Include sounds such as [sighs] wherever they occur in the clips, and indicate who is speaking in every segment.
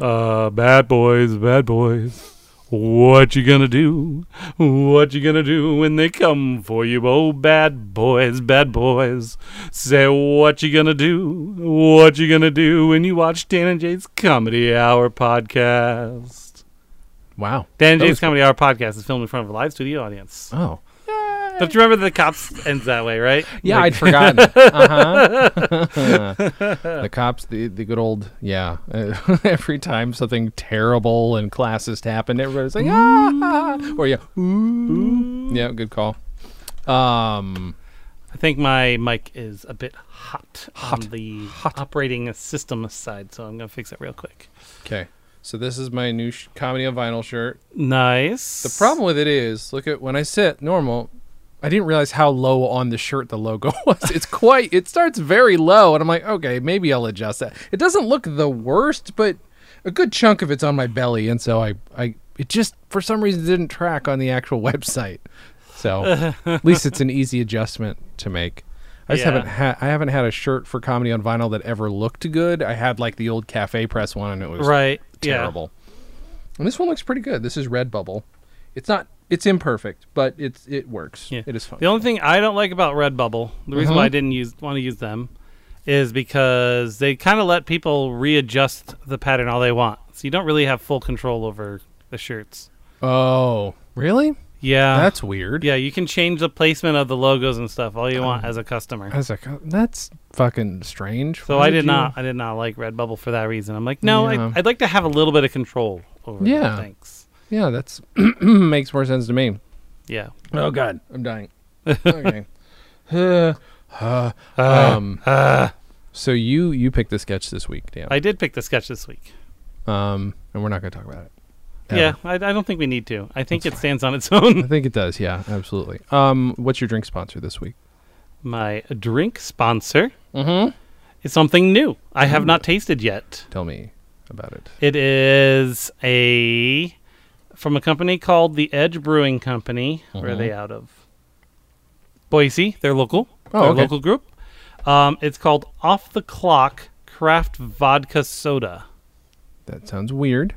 Speaker 1: Uh, bad boys, bad boys. What you gonna do? What you gonna do when they come for you? Oh, bad boys, bad boys. Say what you gonna do? What you gonna do when you watch Dan and Jay's Comedy Hour podcast?
Speaker 2: Wow.
Speaker 1: Dan and
Speaker 2: That
Speaker 1: Jay's
Speaker 2: was-
Speaker 1: Comedy Hour podcast is filmed in front of a live studio audience.
Speaker 2: Oh.
Speaker 1: Don't you remember the cops ends that way, right?
Speaker 2: Yeah, [laughs]
Speaker 1: Like-
Speaker 2: I'd forgotten. Uh huh. [laughs] the cops, the, the good old, yeah. [laughs] Uh, every time something terrible and classist happened, everybody's like, ah. Or, yeah, ooh. Yeah, good call. Um,
Speaker 1: I think my mic is a bit hot, on the operating system side, so I'm gonna fix it real quick.
Speaker 2: okay. So, this is my new sh- comedy on vinyl shirt.
Speaker 1: Nice.
Speaker 2: The problem with it is, look at when I sit normal, I didn't realize how low on the shirt the logo [laughs] was. It's quite, it starts very low, and I'm like, okay, maybe I'll adjust that. It doesn't look the worst, but a good chunk of it's on my belly, and so I, I, it just for some reason didn't track on the actual [laughs] website. So at least it's an easy adjustment to make. I just
Speaker 1: Yeah.
Speaker 2: haven't had I haven't had a shirt for comedy on vinyl that ever looked good. I had like the old cafe press one, and it was
Speaker 1: right?
Speaker 2: terrible. And this one looks pretty good. This is Redbubble. It's not. It's imperfect, but it's it works.
Speaker 1: Yeah.
Speaker 2: It is Mm-hmm. fun.
Speaker 1: The only thing I don't like about Redbubble, the reason why I didn't use want to use them, is because they kind of let people readjust the pattern all they want, so you don't really have full control over the shirts.
Speaker 2: oh, really?
Speaker 1: Yeah,
Speaker 2: That's weird.
Speaker 1: Uh,
Speaker 2: Um,
Speaker 1: yeah. You can change the placement of the logos and stuff all you want as a customer.
Speaker 2: I was like, oh, that's fucking strange.
Speaker 1: So
Speaker 2: Why
Speaker 1: I did
Speaker 2: you-
Speaker 1: not. I did not like Redbubble for that reason. I'm like, no,
Speaker 2: Yeah.
Speaker 1: I, I'd like to have a little bit of control over. that,
Speaker 2: Yeah.
Speaker 1: thanks.
Speaker 2: Yeah, that's [clears throat] makes more sense to me.
Speaker 1: Yeah.
Speaker 2: Oh God,
Speaker 1: [laughs]
Speaker 2: I'm dying. okay. Uh, uh, um, so you you picked the sketch this week, Dan.
Speaker 1: uh. I did pick the sketch this week.
Speaker 2: um, and we're not going to talk about it. Ever.
Speaker 1: Yeah, I, I don't think we need to. I think
Speaker 2: That's
Speaker 1: it stands on its [laughs]
Speaker 2: I
Speaker 1: own.
Speaker 2: think it does. Yeah, absolutely. Um, what's your drink sponsor this week?
Speaker 1: My drink sponsor
Speaker 2: Mm-hmm.
Speaker 1: is something new. I have not tasted yet.
Speaker 2: Tell me about it.
Speaker 1: It is a from a company called the Edge Brewing Company. Where are
Speaker 2: Mhm.
Speaker 1: they out of? Boise. They're local.
Speaker 2: Oh,
Speaker 1: They're a
Speaker 2: okay.
Speaker 1: local group. Um, it's called Off the Clock Craft Vodka Soda.
Speaker 2: That sounds weird.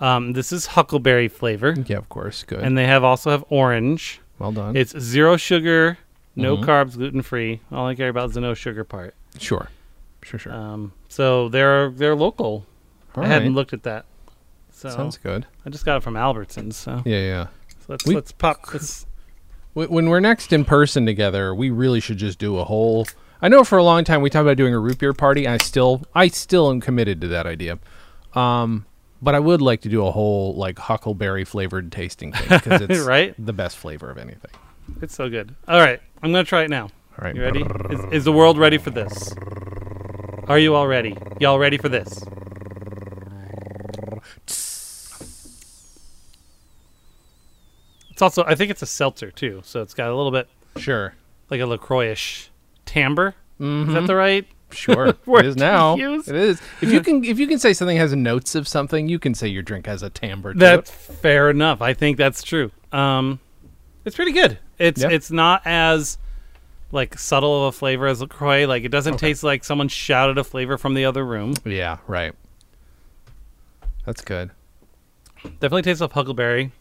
Speaker 1: Um, this is huckleberry flavor,
Speaker 2: Yeah, of course. Good.
Speaker 1: and they have also have orange.
Speaker 2: well done.
Speaker 1: It's zero sugar, no
Speaker 2: Mhm.
Speaker 1: carbs, gluten free. All I care about is the no sugar part.
Speaker 2: sure. Sure, sure.
Speaker 1: Um, so they're they're local.
Speaker 2: All
Speaker 1: I hadn't
Speaker 2: right.
Speaker 1: looked at that. So
Speaker 2: Sounds good.
Speaker 1: I just got it from Albertsons. So,
Speaker 2: Yeah, yeah.
Speaker 1: so let's
Speaker 2: We-
Speaker 1: let's pop this.
Speaker 2: Wh- When we're next in person together, we really should just do a whole. I know for a long time we talked about doing a root beer party. I still, I still am committed to that idea. Um, but I would like to do a whole like huckleberry flavored tasting
Speaker 1: [laughs]
Speaker 2: thing because it's
Speaker 1: Right?
Speaker 2: the best flavor of anything.
Speaker 1: It's so good. All right, I'm gonna try it now.
Speaker 2: All right,
Speaker 1: You ready? Is, is the world ready for this? Are you all ready? Y'all ready for this? It's also, I think it's a seltzer too, so it's got a little bit
Speaker 2: Sure,
Speaker 1: like a Lacroix-ish timbre. Is
Speaker 2: Mm-hmm.
Speaker 1: that the right? [laughs]
Speaker 2: sure.
Speaker 1: Word
Speaker 2: it is now.
Speaker 1: to use?
Speaker 2: It is. If you can, if you can say something has notes of something, you can say your drink has a timbre. To
Speaker 1: That's
Speaker 2: it.
Speaker 1: fair enough. I think that's true. Um, it's pretty good. It's
Speaker 2: Yeah.
Speaker 1: it's not as like subtle of a flavor as Lacroix. Like it doesn't taste like someone shouted a flavor from the other room.
Speaker 2: Yeah, right. That's good.
Speaker 1: Definitely tastes of huckleberry.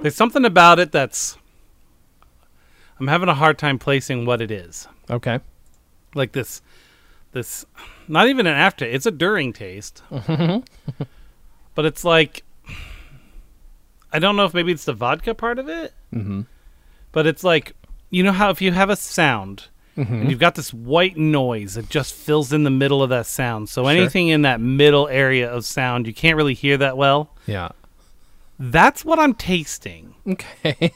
Speaker 1: There's something about it that's I'm having a hard time placing what it is.
Speaker 2: Okay.
Speaker 1: Like this, this not even an after. It's a during taste, [laughs] but it's like I don't know if maybe it's the vodka part of it,
Speaker 2: Mm-hmm.
Speaker 1: but it's like you know how if you have a sound and you've got this white noise that just fills in the middle of that sound. So anything in that middle area of sound, you can't really hear that well.
Speaker 2: Yeah.
Speaker 1: That's what I'm tasting.
Speaker 2: [laughs] Okay.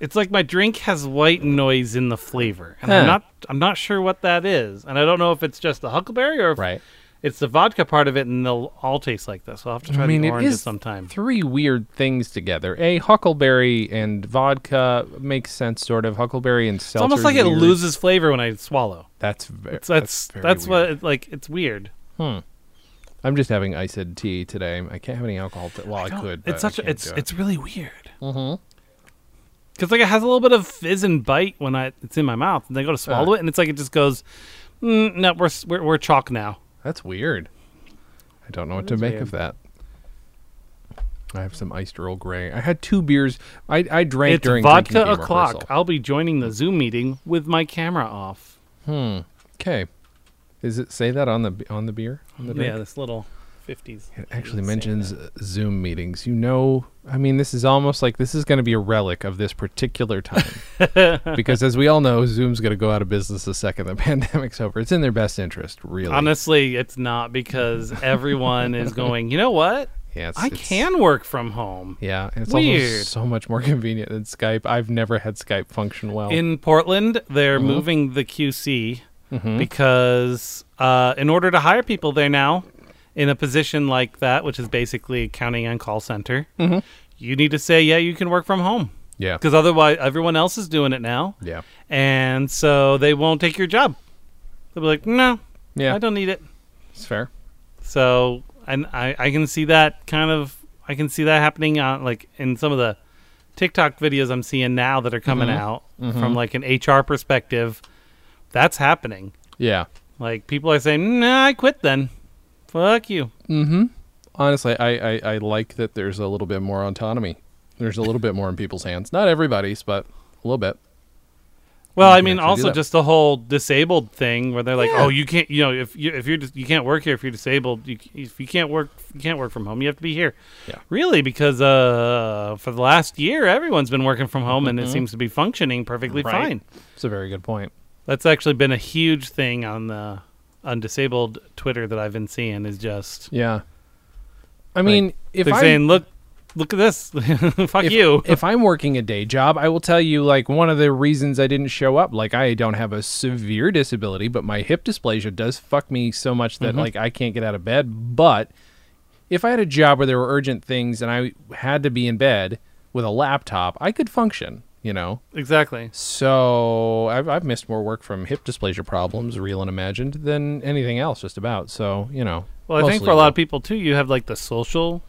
Speaker 1: It's like my drink has white noise in the flavor, and I'm
Speaker 2: Huh.
Speaker 1: not I'm not sure what that is, and I don't know if it's just the huckleberry or if it's the vodka part of it, and they'll all taste like this. I'll have to try
Speaker 2: I mean,
Speaker 1: the
Speaker 2: it
Speaker 1: oranges
Speaker 2: is
Speaker 1: sometime.
Speaker 2: three weird things together. A huckleberry and vodka makes sense, sort of. Huckleberry and
Speaker 1: it's
Speaker 2: seltzer.
Speaker 1: almost like it loses flavor when I swallow.
Speaker 2: That's very.
Speaker 1: So that's
Speaker 2: very
Speaker 1: that's, what
Speaker 2: weird.
Speaker 1: it, like it's weird.
Speaker 2: I'm just having iced tea today. I can't have any alcohol. To, well, I,
Speaker 1: Don't-
Speaker 2: could.
Speaker 1: It's such a, it's it's really weird.
Speaker 2: hmm
Speaker 1: Because Mm-hmm. like it has a little bit of fizz and bite when I it's in my mouth, and I go to swallow it, and it's like it just goes, mm, no, we're, s- we're we're chalk now.
Speaker 2: That's weird. I I don't know what
Speaker 1: That
Speaker 2: to
Speaker 1: is
Speaker 2: make
Speaker 1: weird.
Speaker 2: of that. I have some iced Earl Grey. I had two beers. I, I drank
Speaker 1: it's
Speaker 2: during
Speaker 1: vodka
Speaker 2: drinking game
Speaker 1: o'clock.
Speaker 2: rehearsal.
Speaker 1: I'll be joining the Zoom meeting with my camera off.
Speaker 2: Hmm. Okay. Is it say that on the on the beer? On the drink?
Speaker 1: Yeah, this little 50s.
Speaker 2: It actually mentions uh, Zoom meetings. You know, I mean, this is almost like this is going to be a relic of this particular time.
Speaker 1: [laughs]
Speaker 2: because as we all know, Zoom's going to go out of business the second the [laughs] pandemic's over. It's in their best interest, really.
Speaker 1: Honestly, it's not because
Speaker 2: [laughs]
Speaker 1: everyone is going, you know what?
Speaker 2: yeah, it's-
Speaker 1: I
Speaker 2: it's-
Speaker 1: can work from home.
Speaker 2: Yeah, and it's also
Speaker 1: Weird.
Speaker 2: so much more [laughs] convenient than Skype. I've never had Skype function well.
Speaker 1: In Portland,
Speaker 2: Mm-hmm.
Speaker 1: they're moving the QC because uh, in order to hire people there now in a position like that, which is basically accounting and call center,
Speaker 2: Mm-hmm.
Speaker 1: you need to say, yeah, you can work from home
Speaker 2: yeah.
Speaker 1: because otherwise everyone else is doing it now.
Speaker 2: Yeah.
Speaker 1: And so they won't take your job. They'll be like, no,
Speaker 2: Yeah.
Speaker 1: I don't need it.
Speaker 2: It's fair.
Speaker 1: So and I, I can see that kind of I can see that happening on like in some of the TikTok videos I'm seeing now that are coming out from like an HR perspective. That's happening.
Speaker 2: Yeah.
Speaker 1: Like people are saying, "Nah, I quit then. Fuck you."
Speaker 2: honestly, I, I, I like that there's a little bit more autonomy. There's a little bit more in people's hands. Not everybody's, but a little bit.
Speaker 1: Well,
Speaker 2: You
Speaker 1: I
Speaker 2: can
Speaker 1: mean,
Speaker 2: actually do
Speaker 1: also
Speaker 2: that.
Speaker 1: just the whole disabled thing where they're like,
Speaker 2: Yeah.
Speaker 1: "Oh, you can't, you know, if you if you're dis- you can't work here if you're disabled, you c- if you can't work you can't work from home, you have to be here."
Speaker 2: Yeah.
Speaker 1: Really, because uh, for the last year, everyone's been working from home,
Speaker 2: Mm-hmm.
Speaker 1: and it seems to be functioning perfectly
Speaker 2: Right.
Speaker 1: fine.
Speaker 2: It's a very good point.
Speaker 1: That's actually been a huge thing on the on disabled Twitter that I've been seeing is just
Speaker 2: Yeah. I mean, if
Speaker 1: they're
Speaker 2: I
Speaker 1: saying, "Look, look at this, [laughs] fuck
Speaker 2: if,
Speaker 1: you." [laughs]
Speaker 2: if I'm working a day job, I will tell you like one of the reasons I didn't show up. Like I don't have a severe disability, but my hip dysplasia does fuck me so much
Speaker 1: Mm-hmm.
Speaker 2: that like I can't get out of bed. But if I had a job where there were urgent things and I had to be in bed with a laptop, I could function. You know,
Speaker 1: exactly.
Speaker 2: So I've, I've missed more work from hip dysplasia problems, real and imagined, than anything else, just about. So you know.
Speaker 1: Well, I think
Speaker 2: mostly
Speaker 1: for a lot
Speaker 2: real.
Speaker 1: of people too, you have like the social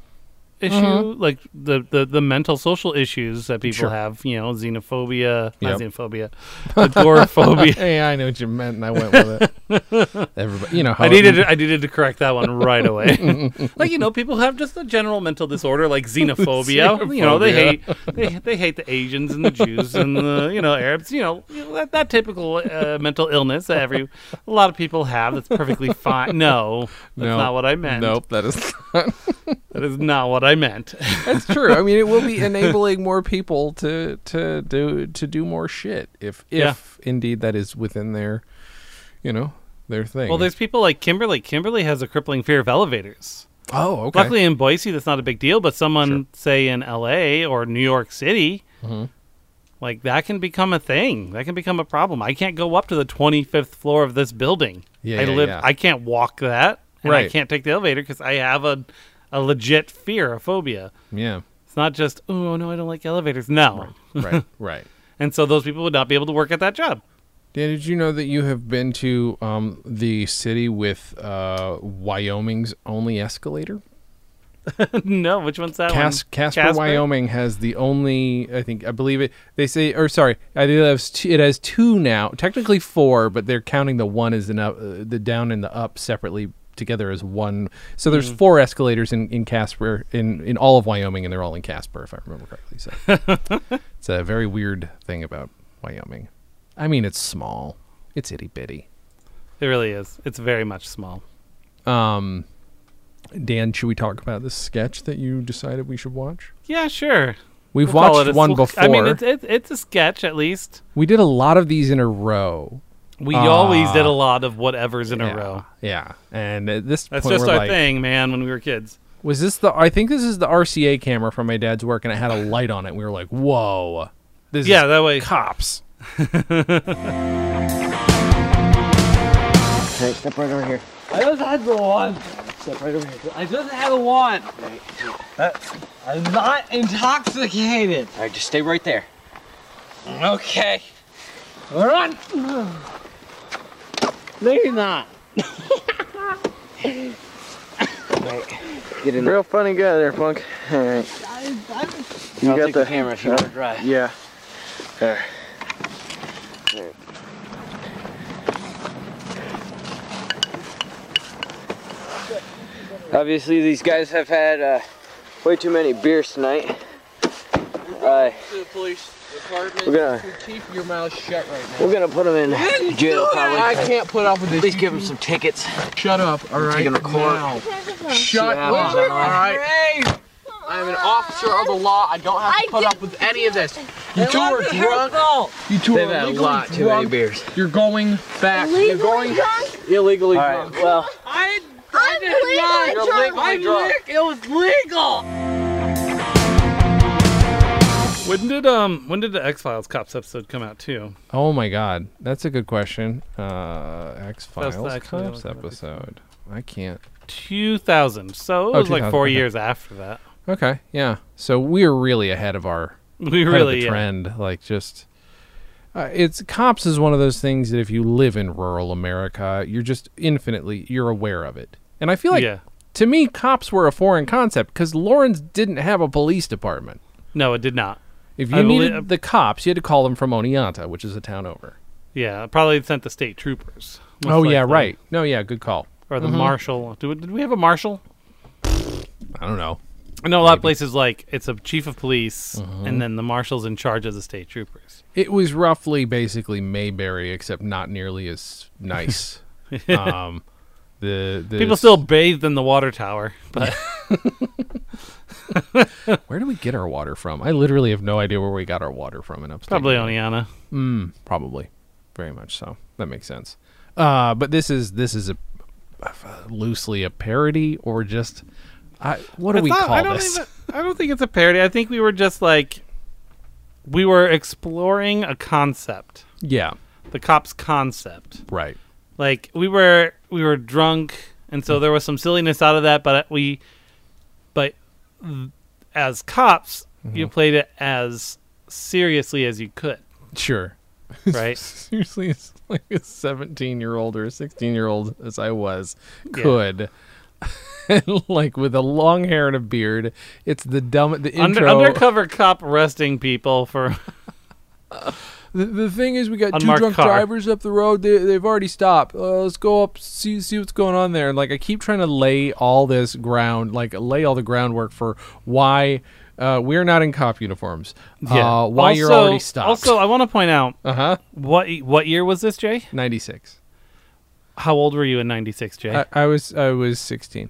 Speaker 1: issue, like the, the the mental social issues that people
Speaker 2: Sure.
Speaker 1: have. You know, xenophobia,
Speaker 2: Yep.
Speaker 1: not xenophobia,
Speaker 2: [laughs]
Speaker 1: agoraphobia.
Speaker 2: Hey, I know what you meant, and I went with it.
Speaker 1: [laughs]
Speaker 2: Everybody, you know, how
Speaker 1: I
Speaker 2: it-
Speaker 1: needed to- I needed to correct that one right
Speaker 2: [laughs]
Speaker 1: away. [laughs] like you know, people have just a general mental disorder, like xenophobia.
Speaker 2: [laughs]
Speaker 1: You know, they hate they, they hate the Asians and the Jews and the you know Arabs. You know, you know, that, that typical uh, mental illness that every a lot of people have. That's perfectly fine. No, that's
Speaker 2: No.
Speaker 1: not what I meant.
Speaker 2: Nope, that
Speaker 1: [laughs]
Speaker 2: is
Speaker 1: that is not what I meant.
Speaker 2: that's true. I mean, it will be enabling more people to to do to do more shit if
Speaker 1: Yeah.
Speaker 2: if indeed that is within their, you know, their thing.
Speaker 1: Well, there's people like Kimberly. Kimberly has a crippling fear of elevators.
Speaker 2: oh okay.
Speaker 1: Luckily, in Boise, that's not a big deal. But someone,
Speaker 2: Sure. Mm-hmm.
Speaker 1: say in L.A. or New York City, like that can become a thing. That can become a problem. I can't go up to the 25th floor of this building.
Speaker 2: Yeah,
Speaker 1: I
Speaker 2: yeah,
Speaker 1: live.
Speaker 2: yeah.
Speaker 1: I can't walk that. And I
Speaker 2: Right.
Speaker 1: can't take the elevator because I have a a legit fear, a phobia. [laughs]
Speaker 2: yeah,
Speaker 1: It's not just oh no, I don't like elevators. No,
Speaker 2: right, right.
Speaker 1: and so those people would not be able to work at that job. [laughs]
Speaker 2: Dan, did you know that you have been to um, the city with uh, Wyoming's only escalator?
Speaker 1: no, which one's that
Speaker 2: Cas-
Speaker 1: one?
Speaker 2: Casper, Wyoming has the only. I think I believe it. They say, or sorry, I think it has two, it has two now. Technically four, but they're counting the one as an up, uh, the down and the up separately together as one. So
Speaker 1: Hmm.
Speaker 2: there's four escalators in, in Casper in in all of Wyoming, and they're all in Casper, if I remember correctly. So
Speaker 1: [laughs]
Speaker 2: it's a very weird thing about Wyoming. I mean, it's small. It's itty bitty.
Speaker 1: It really is. It's very much small.
Speaker 2: Um, Dan, should we talk about this sketch that you decided we should watch?
Speaker 1: Yeah, sure.
Speaker 2: We've
Speaker 1: We'll call
Speaker 2: watched
Speaker 1: it a-
Speaker 2: one
Speaker 1: we'll-
Speaker 2: before.
Speaker 1: I mean, it's, it's it's a sketch at least.
Speaker 2: we did a lot of these in a row.
Speaker 1: We always
Speaker 2: Ah.
Speaker 1: did a lot of whatever's in
Speaker 2: yeah.
Speaker 1: a row.
Speaker 2: Yeah, and at this
Speaker 1: That's
Speaker 2: point,
Speaker 1: just
Speaker 2: we're
Speaker 1: our
Speaker 2: like,
Speaker 1: thing, man. When we were kids,
Speaker 2: was this the? I think this is the RCA camera from my dad's work, and it had a light on it. We were like, whoa, this
Speaker 1: yeah,
Speaker 2: is
Speaker 1: that way.
Speaker 2: cops.
Speaker 3: Right, step right over here.
Speaker 4: I just had the one.
Speaker 3: Step right over here.
Speaker 4: I just had the one. I'm not intoxicated.
Speaker 3: All right, just stay right there.
Speaker 4: Okay. Run. No, you're not.
Speaker 3: Get in
Speaker 5: Real funny guy there, Punk. All right.
Speaker 3: You I'll
Speaker 5: got
Speaker 3: take the,
Speaker 5: the-
Speaker 3: camera if you want to drive.
Speaker 5: Yeah. There. Obviously, these guys have had uh, way too many beers tonight. Uh,
Speaker 4: To the police department.
Speaker 5: We're gonna-
Speaker 4: Keep your mouth shut right now.
Speaker 5: we're gonna put them in jail,
Speaker 4: I
Speaker 5: probably.
Speaker 4: can't put up with this.
Speaker 5: At least give them some tickets.
Speaker 4: Shut up, all right?
Speaker 5: taking the court.
Speaker 4: now. Shut
Speaker 5: Yeah,
Speaker 4: up, all
Speaker 5: I'm
Speaker 4: right? I'm an officer of the law. I don't have to
Speaker 6: I
Speaker 4: put
Speaker 6: did-
Speaker 4: up with any of this. You two are drunk. You two
Speaker 5: They've
Speaker 4: are
Speaker 5: had a
Speaker 4: illegally
Speaker 5: lot too many
Speaker 4: drunk.
Speaker 5: beers.
Speaker 4: You're going back. You're going illegally
Speaker 5: All
Speaker 4: drunk.
Speaker 5: right. Well,
Speaker 4: I,
Speaker 6: I'm legally
Speaker 4: You're
Speaker 6: drunk.
Speaker 4: legally drunk.
Speaker 3: It was legal.
Speaker 1: When did um when did the X Files cops episode come out too?
Speaker 2: Oh my god, that's a good question. Uh, X
Speaker 1: That's
Speaker 2: Files
Speaker 1: actually
Speaker 2: cops
Speaker 1: like a-
Speaker 2: episode. I can't.
Speaker 1: Two thousand. So it
Speaker 2: Oh,
Speaker 1: was like
Speaker 2: 2000,
Speaker 1: four
Speaker 2: okay.
Speaker 1: years after that.
Speaker 2: Okay, yeah. So we're really ahead of our
Speaker 1: We
Speaker 2: ahead
Speaker 1: [laughs]
Speaker 2: of
Speaker 1: really
Speaker 2: the
Speaker 1: yeah.
Speaker 2: trend. Like just, uh, it's cops is one of those things that if you live in rural America, you're just infinitely you're aware of it. And I feel like
Speaker 1: yeah.
Speaker 2: to me, cops were a foreign concept because Lawrence didn't have a police department.
Speaker 1: No, it did not.
Speaker 2: If you
Speaker 1: I believe- uh,
Speaker 2: needed the cops, you had to call them from Oneonta, which is a town over.
Speaker 1: Yeah, probably sent the state troopers. most
Speaker 2: oh yeah,
Speaker 1: likely.
Speaker 2: right. No, yeah, good call.
Speaker 1: Or the marshal. Do, we- did we have a marshal?
Speaker 2: I don't know.
Speaker 1: I know a lot of places like it's a chief of police, and then the marshal's in charge of the state troopers.
Speaker 2: It was roughly basically Mayberry, except not nearly as
Speaker 1: [laughs]
Speaker 2: nice. um, the, the
Speaker 1: People still bathed in the water tower, but
Speaker 2: Where do we get our water from? I literally have no idea where we got our water from in upstate.
Speaker 1: probably
Speaker 2: New York.
Speaker 1: Oneana.
Speaker 2: Probably, very much so. That makes sense. Uh, but this is this is a loosely a parody or just I, what do we
Speaker 1: It's not-
Speaker 2: call
Speaker 1: I don't
Speaker 2: this?
Speaker 1: even- I don't think it's a parody. I think we were just like we were exploring a concept,
Speaker 2: [laughs] Yeah,
Speaker 1: the cops concept.
Speaker 2: right.
Speaker 1: Like we were we were drunk, and so there was some silliness out of that. But we, but as cops, you
Speaker 2: Mm-hmm.
Speaker 1: played it as seriously as you
Speaker 2: [laughs]
Speaker 1: could,
Speaker 2: Sure.
Speaker 1: right?
Speaker 2: Seriously, it's like a 17 year old or a 16 year old as I was
Speaker 1: Yeah.
Speaker 2: could. [laughs] and like with a long hair and a beard, it's the dumb the
Speaker 1: Under,
Speaker 2: intro.
Speaker 1: undercover cop arresting people for
Speaker 2: the, the thing is, we got two
Speaker 1: Unmarked
Speaker 2: drunk
Speaker 1: car.
Speaker 2: drivers up the road. They, they've already stopped. Uh, let's go up see see what's going on there. And like I keep trying to lay all this ground, like lay all the groundwork for why uh, we're not in cop uniforms.
Speaker 1: [laughs]
Speaker 2: Uh, why you're
Speaker 1: Also-
Speaker 2: already stopped.
Speaker 1: Also,
Speaker 2: [laughs]
Speaker 1: I want to point out
Speaker 2: uh huh.
Speaker 1: what what year was this, Jay?
Speaker 2: 96.
Speaker 1: How old were you in '96, Jay?
Speaker 2: I, I was I was 16.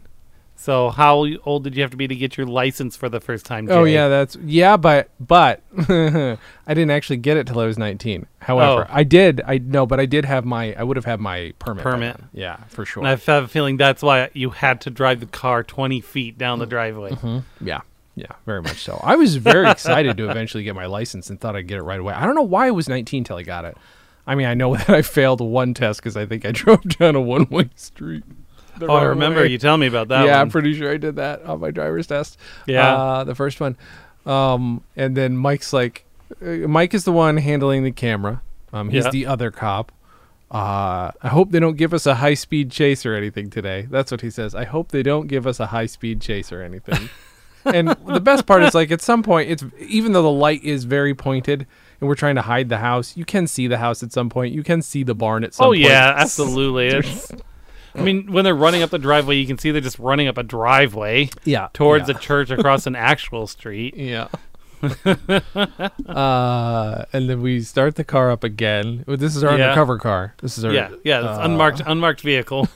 Speaker 1: So how old did you have to be to get your license for the first time? Jay?
Speaker 2: Oh yeah, that's yeah, but but [laughs] I didn't actually get it till I was nineteen. However,
Speaker 1: Oh.
Speaker 2: I did. I no, but I did have my. I would have had my permit. by
Speaker 1: Permit.
Speaker 2: then. Yeah, for sure.
Speaker 1: And I have a feeling that's why you had to drive the car 20 feet down the driveway.
Speaker 2: yeah, yeah, very much so. I was very excited to eventually get my license and thought I'd get it right away. I don't know why I was nineteen till I got it. I mean, I know [laughs] that I failed one test because I think I [laughs] drove down a one-way street. the
Speaker 1: Oh, I
Speaker 2: wrong
Speaker 1: remember
Speaker 2: way.
Speaker 1: you telling me about that.
Speaker 2: yeah,
Speaker 1: one.
Speaker 2: I'm pretty sure I did that on my driver's test.
Speaker 1: Yeah.
Speaker 2: uh, the first one. Um, and then Mike's like, uh, Mike is the one handling the camera. Um, he's
Speaker 1: Yeah.
Speaker 2: the other cop. Uh, I hope they don't give us a high speed chase or anything today. That's what he says. I hope they don't give us a high speed chase or
Speaker 1: [laughs]
Speaker 2: anything. and the best part is like at some point it's even though the light is very pointed and we're trying to hide the house, you can see the house at some point. You can see the barn at some
Speaker 1: oh
Speaker 2: point.
Speaker 1: yeah, absolutely. It's, I mean, when they're running up the driveway, you can see they're just running up a driveway
Speaker 2: Yeah.
Speaker 1: towards
Speaker 2: yeah.
Speaker 1: a church across an actual
Speaker 2: [laughs]
Speaker 1: street.
Speaker 2: Yeah. uh, and then we start the car up again. Well, This is our
Speaker 1: Yeah.
Speaker 2: undercover car. This is our
Speaker 1: Yeah, yeah, it's
Speaker 2: uh,
Speaker 1: unmarked unmarked vehicle,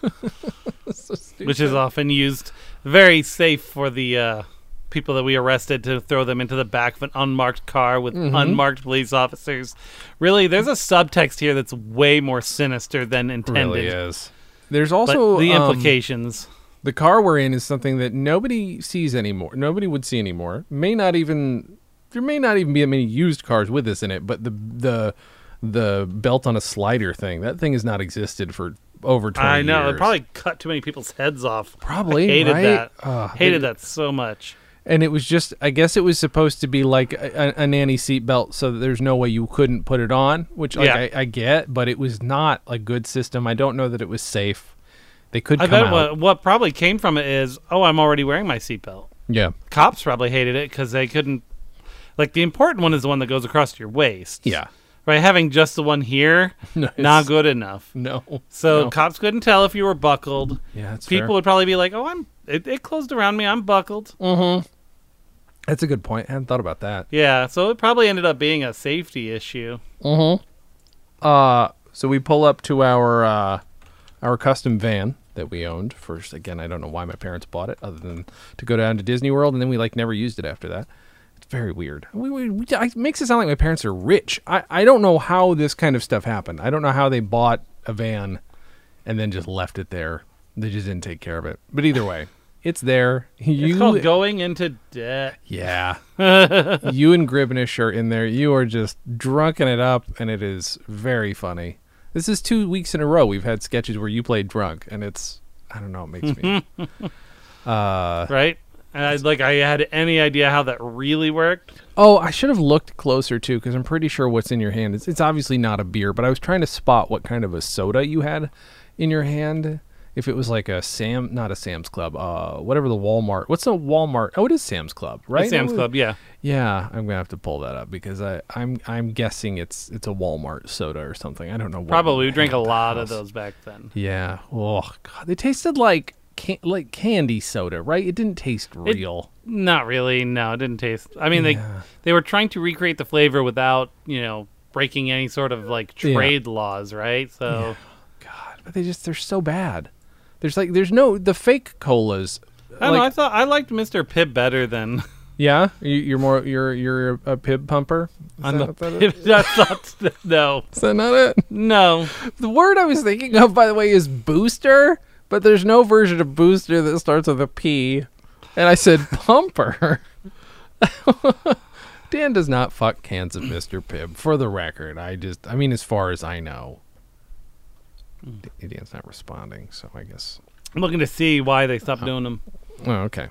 Speaker 2: [laughs] so
Speaker 1: [laughs]
Speaker 2: stupid.
Speaker 1: which is often used very safe for the uh, people that we arrested to throw them into the back of an unmarked car with
Speaker 2: Mm-hmm.
Speaker 1: unmarked police officers. Really, there's a subtext here that's way more sinister than intended.
Speaker 2: really is. There's
Speaker 1: But
Speaker 2: also
Speaker 1: the
Speaker 2: um,
Speaker 1: implications.
Speaker 2: the car we're in is something that nobody sees anymore. Nobody would see anymore. May not even there may not even be that many used cars with this in it. But the the the belt on a slider thing that thing has not existed for over 20
Speaker 1: I know
Speaker 2: years.
Speaker 1: it probably cut too many people's heads off.
Speaker 2: Probably,
Speaker 1: I hated
Speaker 2: right?
Speaker 1: that.
Speaker 2: Ah,
Speaker 1: hated that so much.
Speaker 2: and it was just i guess it was supposed to be like a, a nanny seatbelt so that there's no way you couldn't put it on which like,
Speaker 1: Yeah.
Speaker 2: I, I get but it was not a good system i don't know that it was safe they could
Speaker 1: I bet
Speaker 2: come out
Speaker 1: what, what probably came from it is, oh, I'm already wearing my seatbelt.
Speaker 2: yeah
Speaker 1: Cops probably hated it because they couldn't. Like the important one is the one that goes across your waist.
Speaker 2: yeah
Speaker 1: Right, having just the one
Speaker 2: [laughs]
Speaker 1: here,
Speaker 2: No, it's-
Speaker 1: not good enough.
Speaker 2: no
Speaker 1: So
Speaker 2: No.
Speaker 1: cops couldn't tell if you were buckled.
Speaker 2: yeah that's
Speaker 1: People
Speaker 2: fair.
Speaker 1: would probably be like, "Oh, I'm It, it closed around me. I'm buckled.
Speaker 2: Mm-hmm. That's a good point. I hadn't thought about that.
Speaker 1: Yeah, so it probably ended up being a safety issue.
Speaker 2: Mm-hmm. Uh, so we pull up to our uh, our custom van that we owned. First, again, I don't know why my parents bought it, other than to go down to Disney World, and then we like never used it after that. It's very weird. We, we, we it makes it sound like my parents are rich. I I don't know how this kind of stuff happened. I don't know how they bought a van and then just left it there. They just didn't take care of it. But either way, it's there. You
Speaker 1: It's called going into debt.
Speaker 2: yeah. [laughs] you and Gribnish are in there. You are just drunken it up, and it is very funny. This is two weeks in a row we've had sketches where you play drunk, and it's I don't know, it makes
Speaker 1: [laughs]
Speaker 2: me Uh.
Speaker 1: right? And I, like I had any idea how that really worked.
Speaker 2: Oh, I should have looked closer too, because I'm pretty sure what's in your hand is it's obviously not a beer, but I was trying to spot what kind of a soda you had in your hand. If it was like a Sam, not a Sam's Club, uh, whatever the Walmart. What's a Walmart? Oh, it is Sam's Club, right? Oh,
Speaker 1: It's Sam's
Speaker 2: It was-
Speaker 1: Club, yeah.
Speaker 2: Yeah, I'm gonna have to pull that up because I, I'm I'm guessing it's it's a Walmart soda or something. I don't know. What
Speaker 1: Probably we
Speaker 2: had
Speaker 1: drank a
Speaker 2: at the
Speaker 1: lot of
Speaker 2: house.
Speaker 1: those back then.
Speaker 2: Yeah. Oh God, they tasted like can- like candy soda, right? It didn't taste real.
Speaker 1: Not really. No, it didn't taste. I mean,
Speaker 2: Yeah.
Speaker 1: they they were trying to recreate the flavor without you know breaking any sort of like
Speaker 2: Yeah.
Speaker 1: trade laws, right? So
Speaker 2: God, but they just they're so bad. There's like there's no the fake colas.
Speaker 1: I don't know. I
Speaker 2: like-
Speaker 1: thought I liked Mr. Pibb better than [laughs]
Speaker 2: [laughs] yeah, you, you're more you're you're a pib pumper. Is
Speaker 1: on
Speaker 2: that
Speaker 1: the
Speaker 2: what that is?
Speaker 1: Pibb. That's not no,
Speaker 2: Is that not it?
Speaker 1: no.
Speaker 2: The word I was thinking of, by the way, is booster, but there's no version of booster that starts with a P. And I said [laughs] pumper. Dan does not fuck cans of Mr. Pibb, for the record. I just, I mean, as far as I know. D- Dan's not responding, so I guess.
Speaker 1: I'm looking to see why they stopped doing them.
Speaker 2: Oh, okay.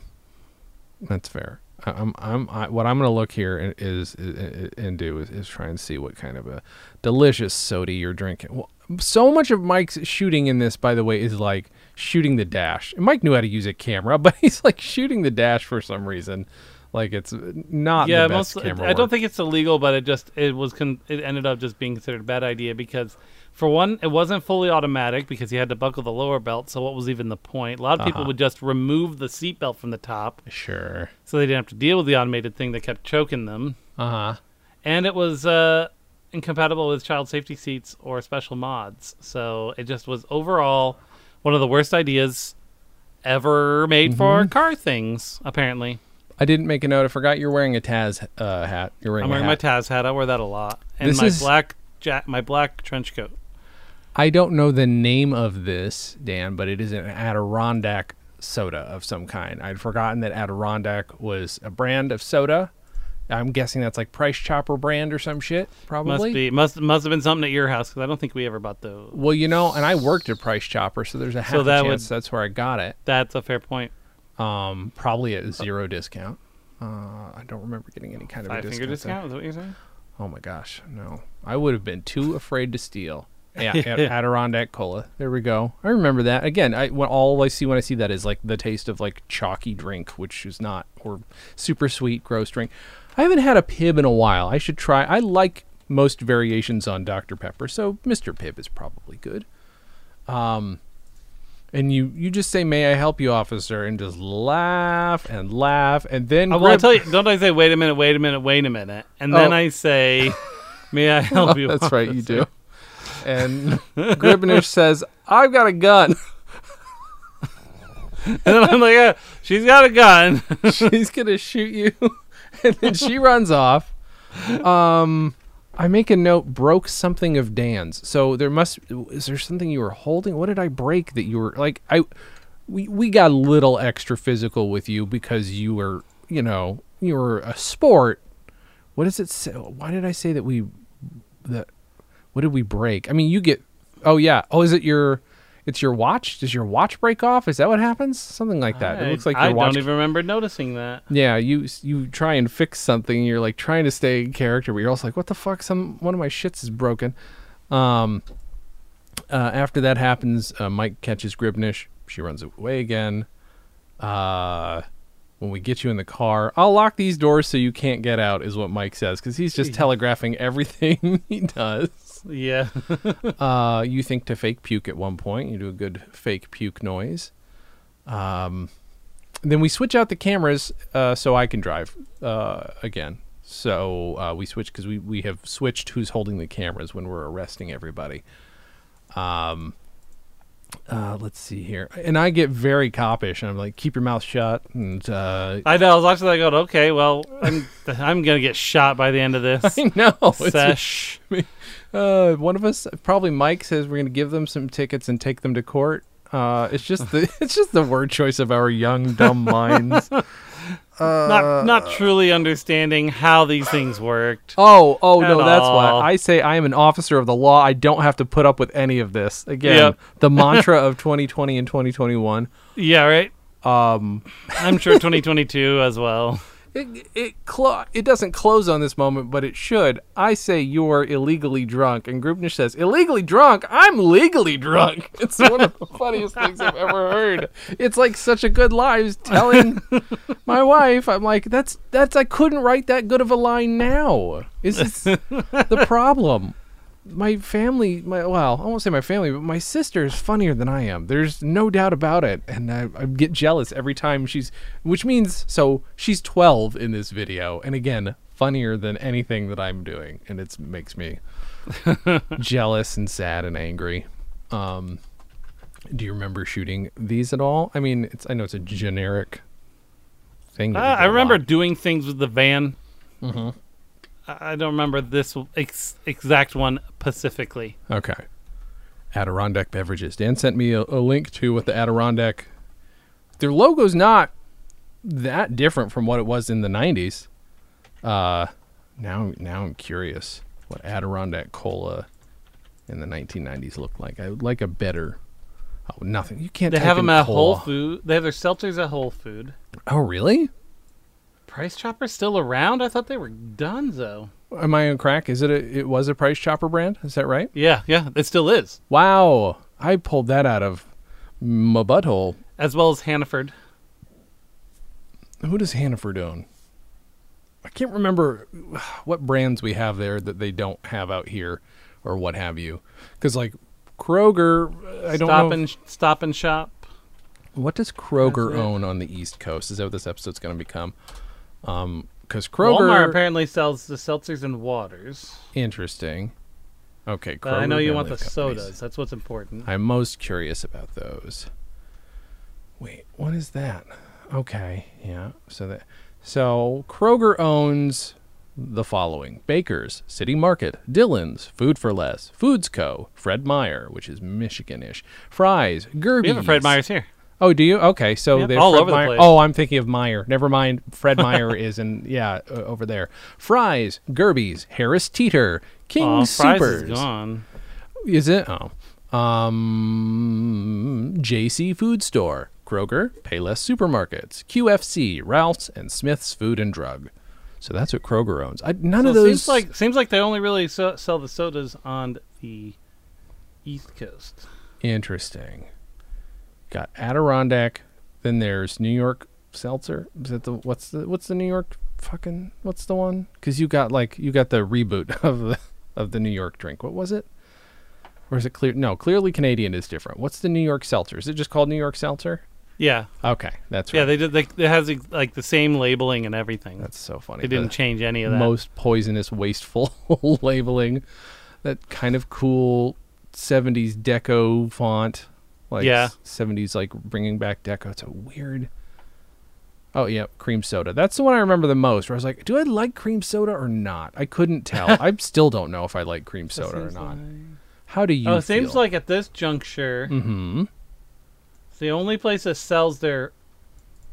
Speaker 2: That's fair. I- I'm, I'm, I, what I'm going to look here i- is, is, and do is, is try and see what kind of a delicious soda you're drinking. Well, so much of Mike's shooting in this, by the way, is like shooting the dash. And Mike knew how to use a camera, [laughs] but he's like shooting the dash for some reason. Like it's not
Speaker 1: Yeah,
Speaker 2: the best
Speaker 1: most. I
Speaker 2: camera.
Speaker 1: don't
Speaker 2: work.
Speaker 1: think it's illegal, but it just it was con- it ended up just being considered a bad idea because. For one, it wasn't fully automatic because you had to buckle the lower belt. So what was even the point? A lot of
Speaker 2: Uh-huh.
Speaker 1: people would just remove the seatbelt from the top,
Speaker 2: Sure.
Speaker 1: so they didn't have to deal with the automated thing that kept choking them.
Speaker 2: Uh huh.
Speaker 1: And it was uh, incompatible with child safety seats or special mods. So it just was overall one of the worst ideas ever made
Speaker 2: Mm-hmm.
Speaker 1: for car things, apparently.
Speaker 2: I didn't make a note. I forgot you're wearing a Taz uh, hat. You're wearing
Speaker 1: I'm wearing
Speaker 2: a hat.
Speaker 1: my Taz hat. I wear that a lot. And
Speaker 2: This
Speaker 1: my
Speaker 2: is-
Speaker 1: black ja- my black trench coat.
Speaker 2: I don't know the name of this, Dan, but it is an Adirondack soda of some kind. I'd forgotten that Adirondack was a brand of soda. I'm guessing that's like Price Chopper brand or some shit, probably.
Speaker 1: Must be must must have been something at your house because I don't think we ever bought those.
Speaker 2: Well, you know, and I worked at Price Chopper, so there's a half a
Speaker 1: that
Speaker 2: chance
Speaker 1: would-
Speaker 2: that's where I got it.
Speaker 1: That's a fair point.
Speaker 2: Um, probably at zero discount. Uh, I don't remember getting any kind of a
Speaker 1: Five finger discount. Is
Speaker 2: discount. there.
Speaker 1: that what you're saying?
Speaker 2: Oh my gosh, no! I would have been too afraid to steal.
Speaker 1: [laughs]
Speaker 2: Yeah, at Adirondack Cola. There we go. I remember that again. I when all I see when I see that is like the taste of like chalky drink, which is not or super sweet gross drink. I haven't had a Pib in a while. I should try. I like most variations on Dr Pepper, so Mr Pib is probably good. Um, and you you just say, "May I help you, officer?" and just laugh and laugh, and then
Speaker 1: Oh, well, I
Speaker 2: grab-
Speaker 1: tell you, don't I say, wait a minute, wait a minute, wait a minute, and then
Speaker 2: Oh.
Speaker 1: I say, may
Speaker 2: [laughs]
Speaker 1: I help you?
Speaker 2: That's right, you do. And Gribnish says, I've got a gun.
Speaker 1: [laughs] And then I'm like, yeah, she's got a gun.
Speaker 2: [laughs] She's going to shoot you. And then she runs off. Um, I make a note, broke something of Dan's. So there must, is there something you were holding? What did I break that you were, like, I, we, we got a little extra physical with you because you were, you know, you were a sport. What does it say? Why did I say that we, that, what did we break? I mean, you get, oh yeah. Oh, is it your, it's your watch? Does your watch break off? Is that what happens? Something like that. it looks like
Speaker 1: I
Speaker 2: your watch
Speaker 1: don't even remember noticing that.
Speaker 2: yeah, you you try and fix something. You're like trying to stay in character, but you're also like, what the fuck? Some one of my shits is broken. Um, uh, after that happens, uh, Mike catches Gribnish. She runs away again. Uh, when we get you in the car, I'll lock these doors so you can't get out, is what Mike says, because he's just telegraphing everything [laughs] he does.
Speaker 1: Yeah, [laughs]
Speaker 2: Uh, you think to fake puke at one point. You do a good fake puke noise. Um, then we switch out the cameras uh, so I can drive uh, again. So uh, we switch because we, we have switched who's holding the cameras when we're arresting everybody. Um, uh, let's see here, and I get very copish, and I'm like, "Keep your mouth shut." And uh, [laughs]
Speaker 1: I know. I was watching that going, okay, well, I'm, I'm going to get shot by the end of this
Speaker 2: [laughs] I know it's-
Speaker 1: sesh.
Speaker 2: [laughs] Uh, one of us, probably Mike, says we're going to give them some tickets and take them to court. Uh, it's just the [laughs] it's just the word choice of our young dumb minds. uh,
Speaker 1: not, not truly understanding how these things worked.
Speaker 2: [laughs] Oh, oh no,
Speaker 1: At
Speaker 2: that's why
Speaker 1: all.
Speaker 2: I say I am an officer of the law. I don't have to put up with any of this. Again,
Speaker 1: Yep.
Speaker 2: [laughs] the mantra of 2020 and 2021.
Speaker 1: Yeah, right? Um, I'm
Speaker 2: [laughs]
Speaker 1: sure 2022 as well.
Speaker 2: It it clo- it doesn't close on this moment, but it should. I say you're illegally drunk, and Grubnish says illegally drunk. I'm legally drunk. [laughs] It's one of the funniest things I've ever heard. It's like such a good lie. I was telling my wife, I'm like, that's that's I couldn't write that good of a line now. Is this the problem? My family, my well, I won't say my family, but my sister is funnier than I am. There's no doubt about it, and I, I get jealous every time she's, which means so she's 12 in this video, and again, funnier than anything that I'm doing, and it
Speaker 1: [laughs]
Speaker 2: makes me jealous and sad and angry. Um, do you remember shooting these at all? I mean, it's I know it's a generic thing.
Speaker 1: Uh,
Speaker 2: that we
Speaker 1: I
Speaker 2: do a
Speaker 1: remember
Speaker 2: lot.
Speaker 1: doing things with the van. Mm-hmm. I I don't remember this ex- exact one specifically.
Speaker 2: Okay. Adirondack Beverages. Dan sent me a, a link to what the Adirondack. Their logo's not that different from what it was in the '90s. Uh, now, now I'm curious what Adirondack Cola in the 1990s looked like. I would like a better. Oh, nothing. You can't.
Speaker 1: They
Speaker 2: type
Speaker 1: have
Speaker 2: in
Speaker 1: them at Whole
Speaker 2: cola.
Speaker 1: Food. They have their seltzers at Whole Food.
Speaker 2: Oh, really?
Speaker 1: Price Chopper's still around? I thought they were done, though.
Speaker 2: Am I on crack? Is it a? It was a Price Chopper brand. Is that right?
Speaker 1: Yeah, yeah, it still is.
Speaker 2: Wow, I pulled that out of my butthole.
Speaker 1: As well as Hannaford.
Speaker 2: who does Hannaford own? I can't remember what brands we have there that they don't have out here, or what have you. Because like Kroger, I don't
Speaker 1: stop
Speaker 2: know.
Speaker 1: And, stop and Shop.
Speaker 2: what does Kroger own on the East Coast? Is that what this episode's going to become?
Speaker 1: Walmart
Speaker 2: Because Kroger,
Speaker 1: apparently sells the seltzers and waters.
Speaker 2: interesting. Okay,
Speaker 1: But Uh, I know you want the
Speaker 2: Family Companies.
Speaker 1: sodas. That's what's important.
Speaker 2: I'm most curious about those. Wait, what is that? Okay, yeah. So that so Kroger owns the following: Baker's, City Market, Dillon's, Food for Less, Foods Co, Fred Meyer, which is Michigan-ish, Fries, Gerby's.
Speaker 1: We have a Fred Meyer's here.
Speaker 2: Oh, do you? Okay, so
Speaker 1: Yep,
Speaker 2: they have
Speaker 1: all
Speaker 2: Fred
Speaker 1: over the
Speaker 2: Meyer-
Speaker 1: place.
Speaker 2: Oh, I'm thinking of Meyer. Never mind.
Speaker 1: [laughs]
Speaker 2: Fred Meyer is in yeah uh, over there. Fries, Gerby's, Harris Teeter, King
Speaker 1: Oh, Fries
Speaker 2: Supers.
Speaker 1: is gone.
Speaker 2: Is it? Oh. Um, JC Food Store, Kroger, Payless Supermarkets, QFC, Ralph's, and Smith's Food and Drug. So that's what Kroger owns. I, none
Speaker 1: So
Speaker 2: of
Speaker 1: it
Speaker 2: those.
Speaker 1: seems like seems like they only really so- sell the sodas on the East Coast.
Speaker 2: Interesting. Got Adirondack. Then there's New York Seltzer. Is that the what's the what's the New York fucking what's the one? Because you got like you got the reboot [laughs] of the of the New York drink. What was it? Or is it clear? No, clearly Canadian is different. What's the New York Seltzer? Is it just called New York Seltzer?
Speaker 1: Yeah,
Speaker 2: Okay, that's right.
Speaker 1: yeah. They did. They, it has like the same labeling and everything.
Speaker 2: that's so funny.
Speaker 1: they didn't
Speaker 2: The
Speaker 1: change any of that.
Speaker 2: most poisonous, wasteful [laughs] labeling. That kind of cool '70s deco font, like
Speaker 1: Yeah.
Speaker 2: '70s like bringing back deco. It's a weird. Oh yeah, cream soda. That's the one I remember the most. Where I was like, do I like cream soda or not? I couldn't tell.
Speaker 1: [laughs]
Speaker 2: I still don't know if I like cream soda or
Speaker 1: seems
Speaker 2: not. How do you?
Speaker 1: oh, it seems
Speaker 2: feel?
Speaker 1: like at this juncture,
Speaker 2: Mhm.
Speaker 1: it's the only place that sells their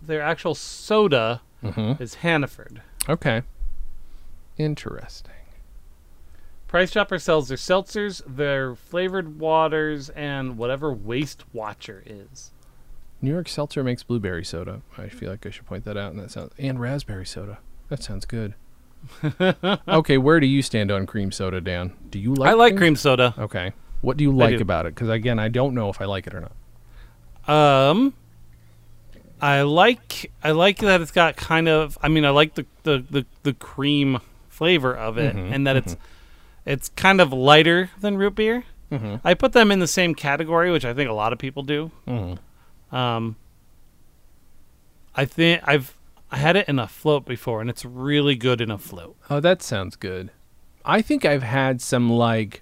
Speaker 1: their actual soda
Speaker 2: Mhm.
Speaker 1: is Hannaford.
Speaker 2: Okay. Interesting.
Speaker 1: Price Chopper sells their seltzers, their flavored waters, and whatever Waste Watcher is.
Speaker 2: New York Seltzer makes blueberry soda. I feel like I should point that out, and that sounds and raspberry soda. That
Speaker 1: [laughs]
Speaker 2: sounds good. okay, where do you stand on cream soda, Dan? Do you like?
Speaker 1: I like cream soda.
Speaker 2: Okay, what do you like
Speaker 1: do.
Speaker 2: about it? Because again, I don't know if I like it or not.
Speaker 1: Um, I like I like that it's got kind of I mean I like the the the, the cream flavor of it and that it's it's kind of lighter than root beer. I put them in the same category, which I think a lot of people do. Um, I think I've I had it in a float before, and it's really good in a float.
Speaker 2: Oh, that sounds good. I think I've had some like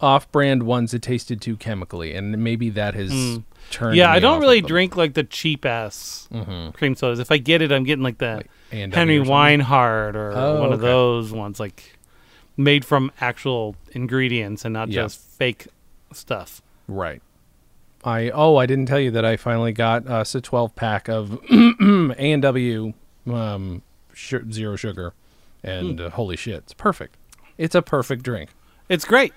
Speaker 2: off-brand ones that tasted too chemically, and maybe that has turned.
Speaker 1: Hmm. yeah, I
Speaker 2: me off
Speaker 1: don't
Speaker 2: of
Speaker 1: really
Speaker 2: them. Mm-hmm.
Speaker 1: drink like the cheap ass cream sodas. If I get it, I'm getting like the
Speaker 2: A&W
Speaker 1: Henry
Speaker 2: or something?
Speaker 1: Weinhardt or one
Speaker 2: Oh,
Speaker 1: of
Speaker 2: okay.
Speaker 1: those ones, like made from actual ingredients and not
Speaker 2: Yeah.
Speaker 1: just fake stuff.
Speaker 2: Right. I oh I didn't tell you that I finally got us a 12 pack of [clears throat] A and W um, su zero sugar,
Speaker 1: Hmm.
Speaker 2: and uh, holy shit, it's perfect. It's a perfect drink.
Speaker 1: It's great.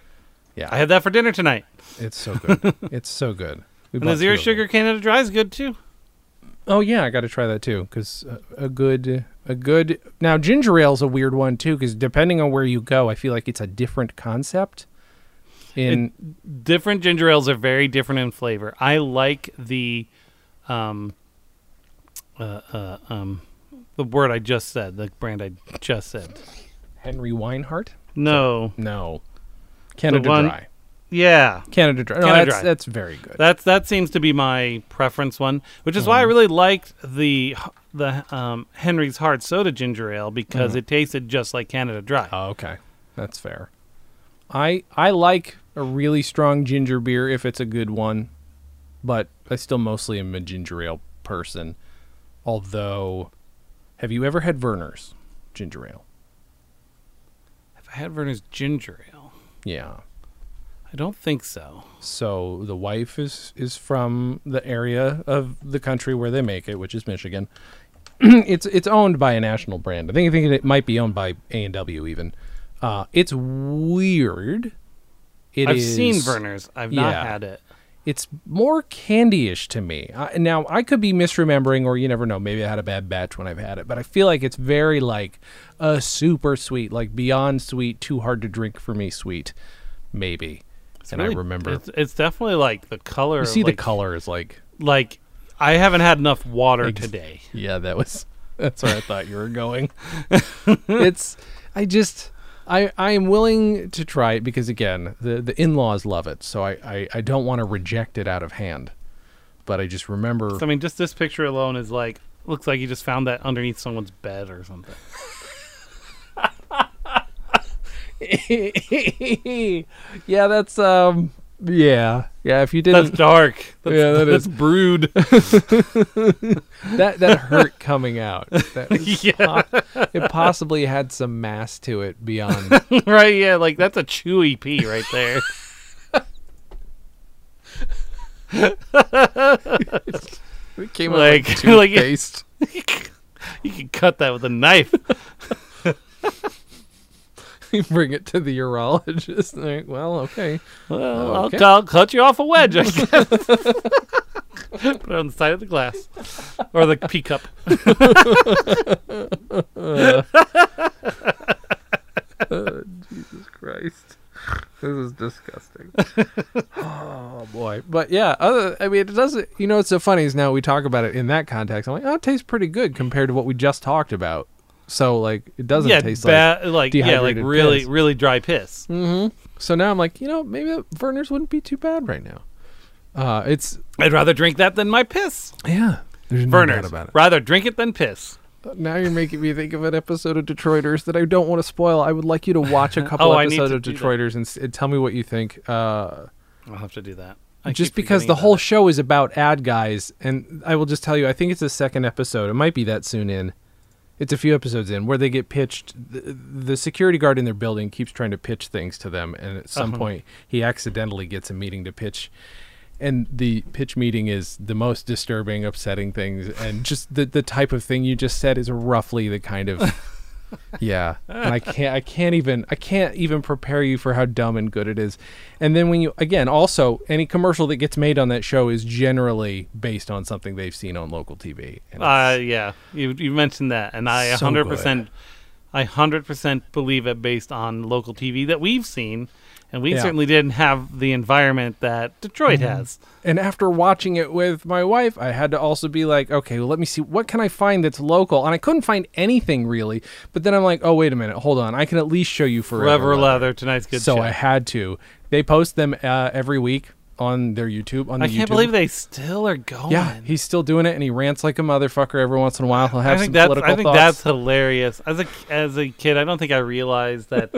Speaker 2: Yeah.
Speaker 1: I had that for dinner tonight.
Speaker 2: It's
Speaker 1: [laughs]
Speaker 2: so good. it's so good. We
Speaker 1: And the
Speaker 2: bought
Speaker 1: zero
Speaker 2: two of
Speaker 1: sugar Canada Dry is good too.
Speaker 2: them. Oh yeah, I got to try that too because a, a good a good now ginger ale's a weird one too because depending on where you go, I feel like it's a different concept. In
Speaker 1: different ginger ales are very different in flavor. I like the, um, uh, uh, um, the word I just said, the brand I just said.
Speaker 2: Henry Weinhardt,
Speaker 1: No,
Speaker 2: no, Canada
Speaker 1: one-
Speaker 2: Dry,
Speaker 1: yeah,
Speaker 2: Canada Dry. No,
Speaker 1: Canada
Speaker 2: that's
Speaker 1: Dry.
Speaker 2: that's very good.
Speaker 1: that's that seems to be my preference one, which is why
Speaker 2: Mm-hmm.
Speaker 1: I really liked the the um, Henry's Hard Soda Ginger Ale because it tasted just like Canada Dry.
Speaker 2: Mm-hmm. Oh, okay. That's fair. I I like a really strong ginger beer if it's a good one, but I still mostly am a ginger ale person. Although, have you ever had Verner's ginger ale?
Speaker 1: If I had Verner's Ginger Ale,
Speaker 2: Yeah.
Speaker 1: I don't think so.
Speaker 2: So the wife is is from the area of the country where they make it, which is Michigan. [clears throat] it's it's owned by a national brand. I think I think it might be owned by A and W even. Uh, it's weird. It
Speaker 1: I've seen
Speaker 2: is-
Speaker 1: Verner's. I've not
Speaker 2: yeah.
Speaker 1: had it.
Speaker 2: it's more candyish to me. I, now I could be misremembering, or you never know. Maybe I had a bad batch when I've had it, but I feel like it's very like a super sweet, like beyond sweet, too hard to drink for me sweet, maybe. and
Speaker 1: Really,
Speaker 2: I remember
Speaker 1: it's, it's definitely like the color.
Speaker 2: you
Speaker 1: of,
Speaker 2: see
Speaker 1: like,
Speaker 2: the color is like
Speaker 1: like I haven't had enough water
Speaker 2: Ex-
Speaker 1: today.
Speaker 2: yeah, that was [laughs] that's where I thought you were going. [laughs] it's I just I I am willing to try it because again the the in laws love it, so I I, I don't want to reject it out of hand. But I just remember
Speaker 1: So, I mean, just this picture alone is like looks like you just found that underneath someone's bed or
Speaker 2: [laughs]
Speaker 1: something.
Speaker 2: [laughs] yeah, that's um yeah. Yeah, if you
Speaker 1: That's
Speaker 2: didn't
Speaker 1: dark. That's,
Speaker 2: Yeah, that
Speaker 1: that's
Speaker 2: [laughs] is.
Speaker 1: brood.
Speaker 2: that that
Speaker 1: [laughs]
Speaker 2: hurt coming out. That was
Speaker 1: Yeah.
Speaker 2: po- it possibly had some mass to it
Speaker 1: [laughs]
Speaker 2: beyond
Speaker 1: [laughs] right? Yeah, like that's a chewy pea right there.
Speaker 2: [laughs] it came
Speaker 1: like, [laughs] like you,
Speaker 2: taste.
Speaker 1: [laughs] can cut that with a knife.
Speaker 2: [laughs] You bring it to the urologist. and they're Like, well, okay.
Speaker 1: Well, I'll
Speaker 2: Okay.
Speaker 1: cu- I'll cut you off a wedge. I guess. [laughs] Put it on the side of the glass or the pea cup.
Speaker 2: Christ. This is disgusting. oh boy. But yeah, other I mean it doesn't you know it's so funny is now we talk about it in that context. I'm like, oh it tastes pretty good compared to what we just talked about. So like it [laughs] doesn't
Speaker 1: Yeah,
Speaker 2: taste like
Speaker 1: ba- like yeah, like
Speaker 2: dehydrated
Speaker 1: really,
Speaker 2: piss. Hmm.
Speaker 1: really dry piss.
Speaker 2: so now I'm like, you know, maybe the Verner's wouldn't be too bad right now. Uh it's
Speaker 1: I'd rather drink that than my piss.
Speaker 2: yeah. There's no doubt
Speaker 1: Burners.
Speaker 2: about it. Uh,
Speaker 1: Rather drink it than piss.
Speaker 2: Now you're making me think of an episode of Detroiters that I don't want to spoil. I would like you to watch
Speaker 1: [laughs]
Speaker 2: a couple
Speaker 1: Oh, I need
Speaker 2: episodes
Speaker 1: to
Speaker 2: of
Speaker 1: do that.
Speaker 2: Detroiters and, s- and tell me what you think. Uh
Speaker 1: I'll have to do that. I
Speaker 2: just
Speaker 1: keep
Speaker 2: because
Speaker 1: forgetting
Speaker 2: the
Speaker 1: about
Speaker 2: whole
Speaker 1: it.
Speaker 2: show is about ad guys and i will just tell you i think it's the second episode it might be that soon in it's a few episodes in where they get pitched the, the security guard in their building keeps trying to pitch things to them and at
Speaker 1: Uh-huh.
Speaker 2: some point he accidentally gets a meeting to pitch and the pitch meeting is the most disturbing upsetting things and just the, the type of thing you just said is roughly the kind
Speaker 1: [laughs]
Speaker 2: of yeah and i can't i can't even i can't even prepare you for how dumb and good it is and then when you again also any commercial that gets made on that show is generally based on something they've seen on local tv and
Speaker 1: Uh,
Speaker 2: it's-
Speaker 1: yeah, you you mentioned that, and I
Speaker 2: So
Speaker 1: hundred percent, I hundred percent believe it based on local TV that we've seen, and we
Speaker 2: Yeah. Mm-hmm.
Speaker 1: certainly didn't have the environment that Detroit has.
Speaker 2: and after watching it with my wife i had to also be like okay well let me see what can i find that's local and i couldn't find anything really but then i'm like oh wait a minute hold on i can at least show you forever
Speaker 1: Forever
Speaker 2: Leather.
Speaker 1: leather tonight's good.
Speaker 2: so
Speaker 1: shit.
Speaker 2: I had to. They post them uh, every week on their YouTube. On
Speaker 1: I
Speaker 2: the
Speaker 1: can't
Speaker 2: YouTube.
Speaker 1: believe they still are going.
Speaker 2: Yeah, he's still doing it, and he rants like a motherfucker every once in a while. He'll have
Speaker 1: I think
Speaker 2: some
Speaker 1: that's
Speaker 2: political
Speaker 1: I think
Speaker 2: thoughts.
Speaker 1: that's hilarious. As a as a kid, I don't think I realized that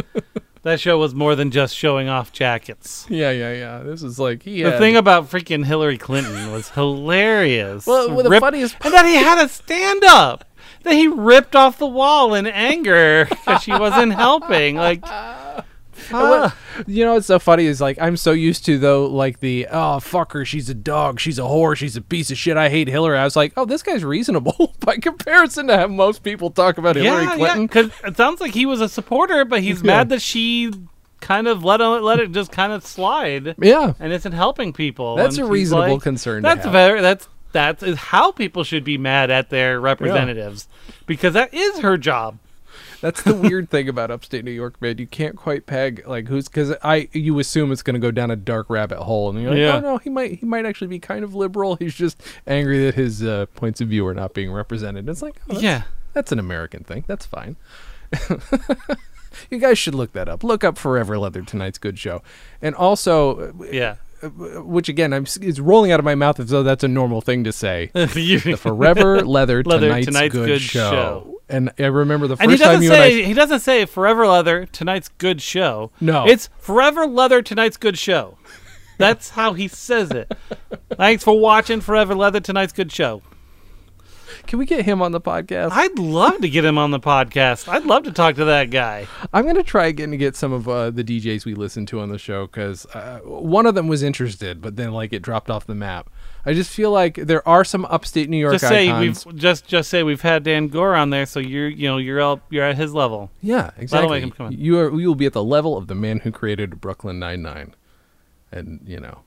Speaker 1: that show was more than just showing off jackets.
Speaker 2: [laughs] yeah, yeah, yeah. This is like he.
Speaker 1: The
Speaker 2: had-
Speaker 1: thing about freaking Hillary Clinton was hilarious.
Speaker 2: Well, well, the
Speaker 1: Rip-
Speaker 2: funniest
Speaker 1: and that he had a stand up that he ripped off the wall in
Speaker 2: [laughs]
Speaker 1: anger because she wasn't helping. Like, fuck.
Speaker 2: You know what's so funny is like I'm so used to though like the oh fuck her she's a dog she's a whore she's a piece of shit I hate Hillary I was like oh this guy's reasonable [laughs] by comparison to how most people talk about Hillary
Speaker 1: yeah,
Speaker 2: Clinton
Speaker 1: because it sounds like he was a supporter, but he's
Speaker 2: Yeah.
Speaker 1: mad that she kind of let it, let it just kind of slide.
Speaker 2: yeah
Speaker 1: and isn't helping people.
Speaker 2: That's
Speaker 1: and
Speaker 2: a
Speaker 1: he's
Speaker 2: reasonable
Speaker 1: like-
Speaker 2: concern to
Speaker 1: That's
Speaker 2: have.
Speaker 1: very that's that is how people should be mad at their representatives because that is her job.
Speaker 2: that's the weird thing about upstate New York man you can't quite peg like who's because I you assume it's gonna go down a dark rabbit hole and you're like
Speaker 1: Yeah.
Speaker 2: oh no he might he might actually be kind of liberal he's just angry that his uh, points of view are not being represented it's like oh, that's
Speaker 1: Yeah.
Speaker 2: That's an American thing. That's fine. [laughs] you guys should look that up. Look up Forever Leather tonight's good show, and also, [laughs]
Speaker 1: Yeah.
Speaker 2: which again, I'm s- it's rolling out of my mouth as though that's a normal thing
Speaker 1: [laughs]
Speaker 2: to say.
Speaker 1: You-
Speaker 2: Forever Leather,
Speaker 1: Leather
Speaker 2: tonight's,
Speaker 1: Tonight's
Speaker 2: good,
Speaker 1: Good
Speaker 2: show.
Speaker 1: Show.
Speaker 2: And I remember the
Speaker 1: and he
Speaker 2: first time
Speaker 1: doesn't
Speaker 2: you
Speaker 1: say
Speaker 2: and I.
Speaker 1: he doesn't say forever leather tonight's good show.
Speaker 2: No.
Speaker 1: It's forever leather tonight's good show. That's how he says it. Thanks for watching Forever Leather tonight's good show.
Speaker 2: Can we get him on the podcast?
Speaker 1: I'd love to get him on the podcast. I'd love to talk to that guy.
Speaker 2: I'm gonna try again to get some of uh, the DJs we listened to on the show because uh, one of them was interested, but then like it dropped off the map. I just feel like there are some upstate New York
Speaker 1: Just say
Speaker 2: icons.
Speaker 1: we've just just say we've had Dan Gore on there, so you're you know you're all, you're at his level.
Speaker 2: Yeah,
Speaker 1: That'll
Speaker 2: exactly.
Speaker 1: make 'em come in.
Speaker 2: You are you will be at the level of the man who created Brooklyn Nine Nine, and you know,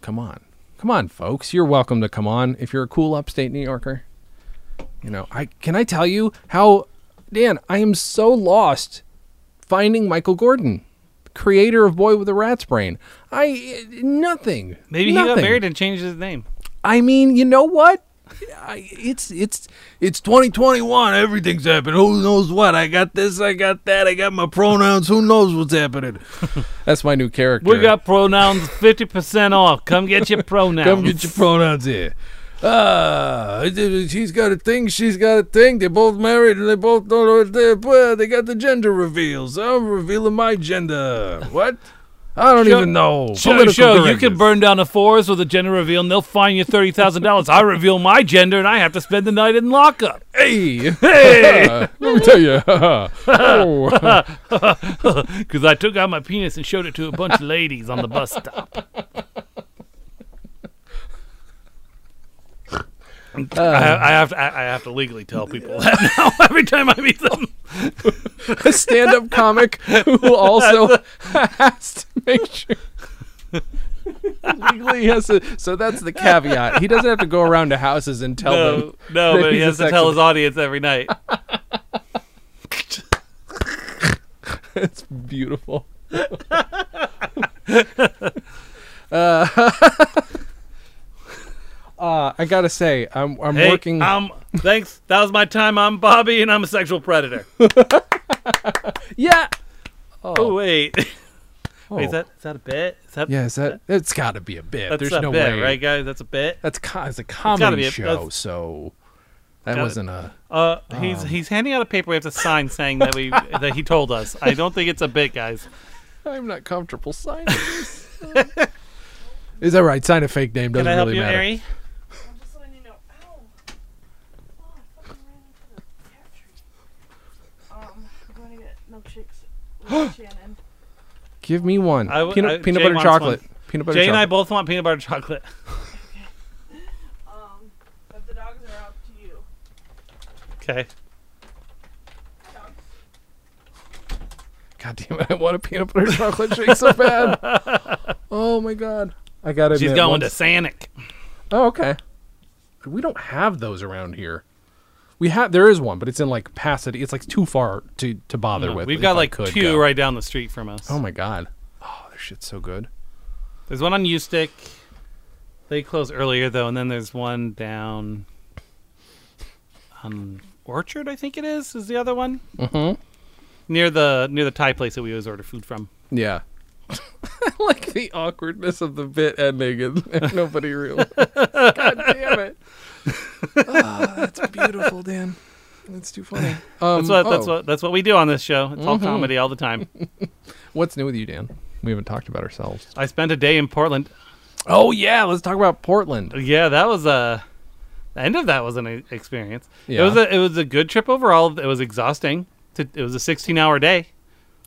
Speaker 2: come on, come on, folks. You're welcome to come on if you're a cool upstate New Yorker. You know, I can I tell you how, Dan? I am so lost finding Michael Gordon, creator of Boy with a Rat's Brain. I eh, nothing.
Speaker 1: Maybe he got
Speaker 2: nothing.
Speaker 1: married and changed his name.
Speaker 2: I mean, you know what? I, it's it's it's 2021. Everything's happening. Who knows what? I got this. I got that. I got my pronouns. Who knows what's happening? [laughs] That's my new character.
Speaker 1: We got pronouns fifty percent off. Come get your pronouns.
Speaker 2: [laughs] Come get your pronouns here. Ah, it- it- he's got a thing. She's got a thing. They're both married, and they both don't know what they. Well, they got the gender reveals. I'm revealing my gender. What? I don't
Speaker 1: Sure-
Speaker 2: even know.
Speaker 1: Show,
Speaker 2: Political
Speaker 1: show you can
Speaker 2: correctness.
Speaker 1: burn down a forest with a gender reveal, and they'll fine you thirty thousand dollars. I reveal my gender, and I have to spend the night in lockup.
Speaker 2: Hey, hey. [laughs] Let me tell you. [laughs] Oh.
Speaker 1: Because I took out my penis and showed it to a bunch of ladies on the bus stop. Uh, I, I have to, I, I have to legally tell people that [laughs] now every time I meet them.
Speaker 2: a stand-up comic who also has to make sure legally he has to, so that's the caveat he doesn't have to go around to houses and tell
Speaker 1: No,
Speaker 2: them
Speaker 1: no,
Speaker 2: that
Speaker 1: but he
Speaker 2: Oh, he's a
Speaker 1: has to
Speaker 2: sex
Speaker 1: tell his audience every night.
Speaker 2: it's
Speaker 1: [laughs]
Speaker 2: beautiful uh, uh, i gotta say i'm, I'm
Speaker 1: Hey, um-
Speaker 2: working
Speaker 1: I'm thanks. That was my time. I'm Bobby, and I'm a sexual predator.
Speaker 2: Oh. yeah
Speaker 1: Oh wait, [laughs]
Speaker 2: oh.
Speaker 1: wait, is that is that a bit? Is that
Speaker 2: yeah is that it's gotta be a bit
Speaker 1: that's
Speaker 2: there's
Speaker 1: a
Speaker 2: no
Speaker 1: bit,
Speaker 2: way
Speaker 1: right, guys? That's a bit.
Speaker 2: that's co- it's a
Speaker 1: be
Speaker 2: comedy
Speaker 1: a-
Speaker 2: show
Speaker 1: that's-
Speaker 2: so that
Speaker 1: Gotta-
Speaker 2: wasn't a
Speaker 1: Uh, he's
Speaker 2: Um.
Speaker 1: he's handing out a paper. We have to sign saying that we that he told us. I don't think it's a bit, guys.
Speaker 2: I'm not
Speaker 1: [laughs]
Speaker 2: comfortable signing this. Is that right? Sign a fake name doesn't
Speaker 1: Can I help
Speaker 2: really
Speaker 1: you,
Speaker 2: matter.
Speaker 1: Ari?
Speaker 6: I'm just letting you know. Ow! Oh, I fucking ran into the pear tree. Um, I'm going to get
Speaker 4: [gasps]
Speaker 6: milkshakes with Shannon.
Speaker 2: Give me one.
Speaker 1: I w-
Speaker 2: peanut
Speaker 1: I-
Speaker 2: peanut
Speaker 1: Jay
Speaker 2: butter
Speaker 1: wants
Speaker 2: chocolate. Peanut butter
Speaker 1: Jay and I
Speaker 2: chocolate.
Speaker 1: both want peanut butter chocolate. [laughs]
Speaker 6: Um, but the dogs are up to you.
Speaker 1: Okay.
Speaker 2: God damn it! I want a peanut butter chocolate
Speaker 1: [laughs]
Speaker 2: shake so bad. oh my god! I got it.
Speaker 1: She's going to Sanic.
Speaker 2: Oh okay. We don't have those around here. We have there is one, but it's in like Pasadena. It's like too far to to bother with.
Speaker 1: We've
Speaker 2: if
Speaker 1: got
Speaker 2: I
Speaker 1: like
Speaker 2: could
Speaker 1: two
Speaker 2: go.
Speaker 1: right down the street from us.
Speaker 2: Oh my god! Oh, this shit's so good.
Speaker 1: There's one on Ustick. They closed earlier though, and then there's one down on Orchard, I think it is, is the other
Speaker 2: [laughs]
Speaker 1: one. Mm-hmm. Near the near the Thai place that we always order food from.
Speaker 2: Yeah. like the awkwardness of the bit ending and, and [laughs] nobody realized. God damn it. Ah, that's beautiful, Dan. That's too funny. Um,
Speaker 1: That's what, that's
Speaker 2: oh, Mm-hmm.
Speaker 1: what that's what we do on this show. It's all comedy all the time.
Speaker 2: What's new with you, Dan? We haven't talked about ourselves.
Speaker 1: I spent a day in Portland.
Speaker 2: Oh yeah, let's talk about Portland.
Speaker 1: Yeah, that was a the end of that was an e- experience.
Speaker 2: Yeah.
Speaker 1: It was a it was a good trip overall. It was exhausting. To, it was a 16 hour day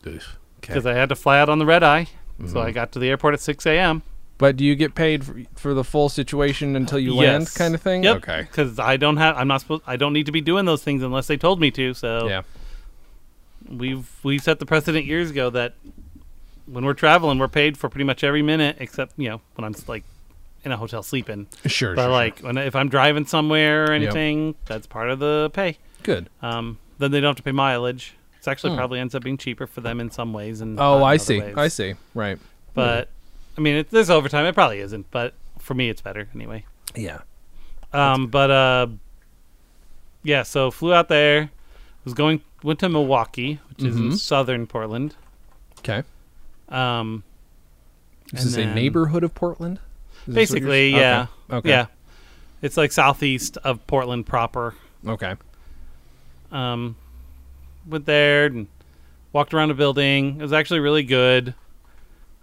Speaker 1: because I had to fly out on the red eye. So
Speaker 2: Mm-hmm.
Speaker 1: I got to the airport at 6 a.m.
Speaker 2: But do you get paid for, for the full situation until you land,
Speaker 1: Yes.
Speaker 2: kind of thing?
Speaker 1: Yep.
Speaker 2: Okay.
Speaker 1: Because I don't have I'm not supposed I don't need to be doing those things unless they told me to. So
Speaker 2: Yeah.
Speaker 1: we've we set the precedent years ago that when we're traveling, we're paid for pretty much every minute except you know when I'm like in a hotel sleeping.
Speaker 2: Sure.
Speaker 1: But
Speaker 2: sure,
Speaker 1: like when if I'm driving somewhere or
Speaker 2: Yep.
Speaker 1: anything, that's part of the pay.
Speaker 2: sure. good.
Speaker 1: Um, then they don't have to pay mileage. It's actually
Speaker 2: Hmm.
Speaker 1: probably ends up being cheaper for them in some ways. And not
Speaker 2: Oh,
Speaker 1: in
Speaker 2: I
Speaker 1: other
Speaker 2: see.
Speaker 1: ways.
Speaker 2: I see. Right.
Speaker 1: But I mean, it, there's overtime. It probably isn't, but for me, it's better anyway.
Speaker 2: Yeah.
Speaker 1: Um, but uh, yeah. So flew out there. Was going went to Milwaukee, which is in
Speaker 2: Mhm.
Speaker 1: southern Portland.
Speaker 2: Okay.
Speaker 1: Um,
Speaker 2: Is
Speaker 1: And
Speaker 2: this a
Speaker 1: then-
Speaker 2: neighborhood of Portland? Is this what you're-
Speaker 1: basically,
Speaker 2: Okay.
Speaker 1: yeah,
Speaker 2: Okay.
Speaker 1: yeah. It's like southeast of Portland proper.
Speaker 2: Okay.
Speaker 1: um, went there and walked around a building. It was actually really good.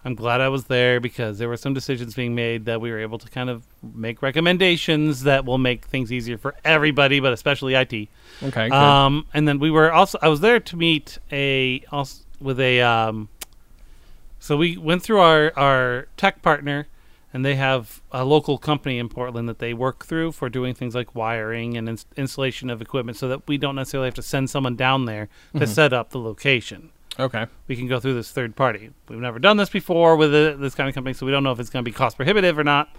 Speaker 1: I'm glad I was there because there were some decisions being made that we were able to kind of make recommendations that will make things easier for everybody, but especially IT.
Speaker 2: Okay. good.
Speaker 1: Um, and then we were also I was there to meet a also with a um, so we went through our our tech partner, and they have a local company in Portland that they work through for doing things like wiring and ins- installation of equipment, so that we don't necessarily have to send someone down there to set up the location.
Speaker 2: okay.
Speaker 1: We can go through this third party. We've never done this before with a, this kind of company, so we don't know if it's going to be cost prohibitive or not.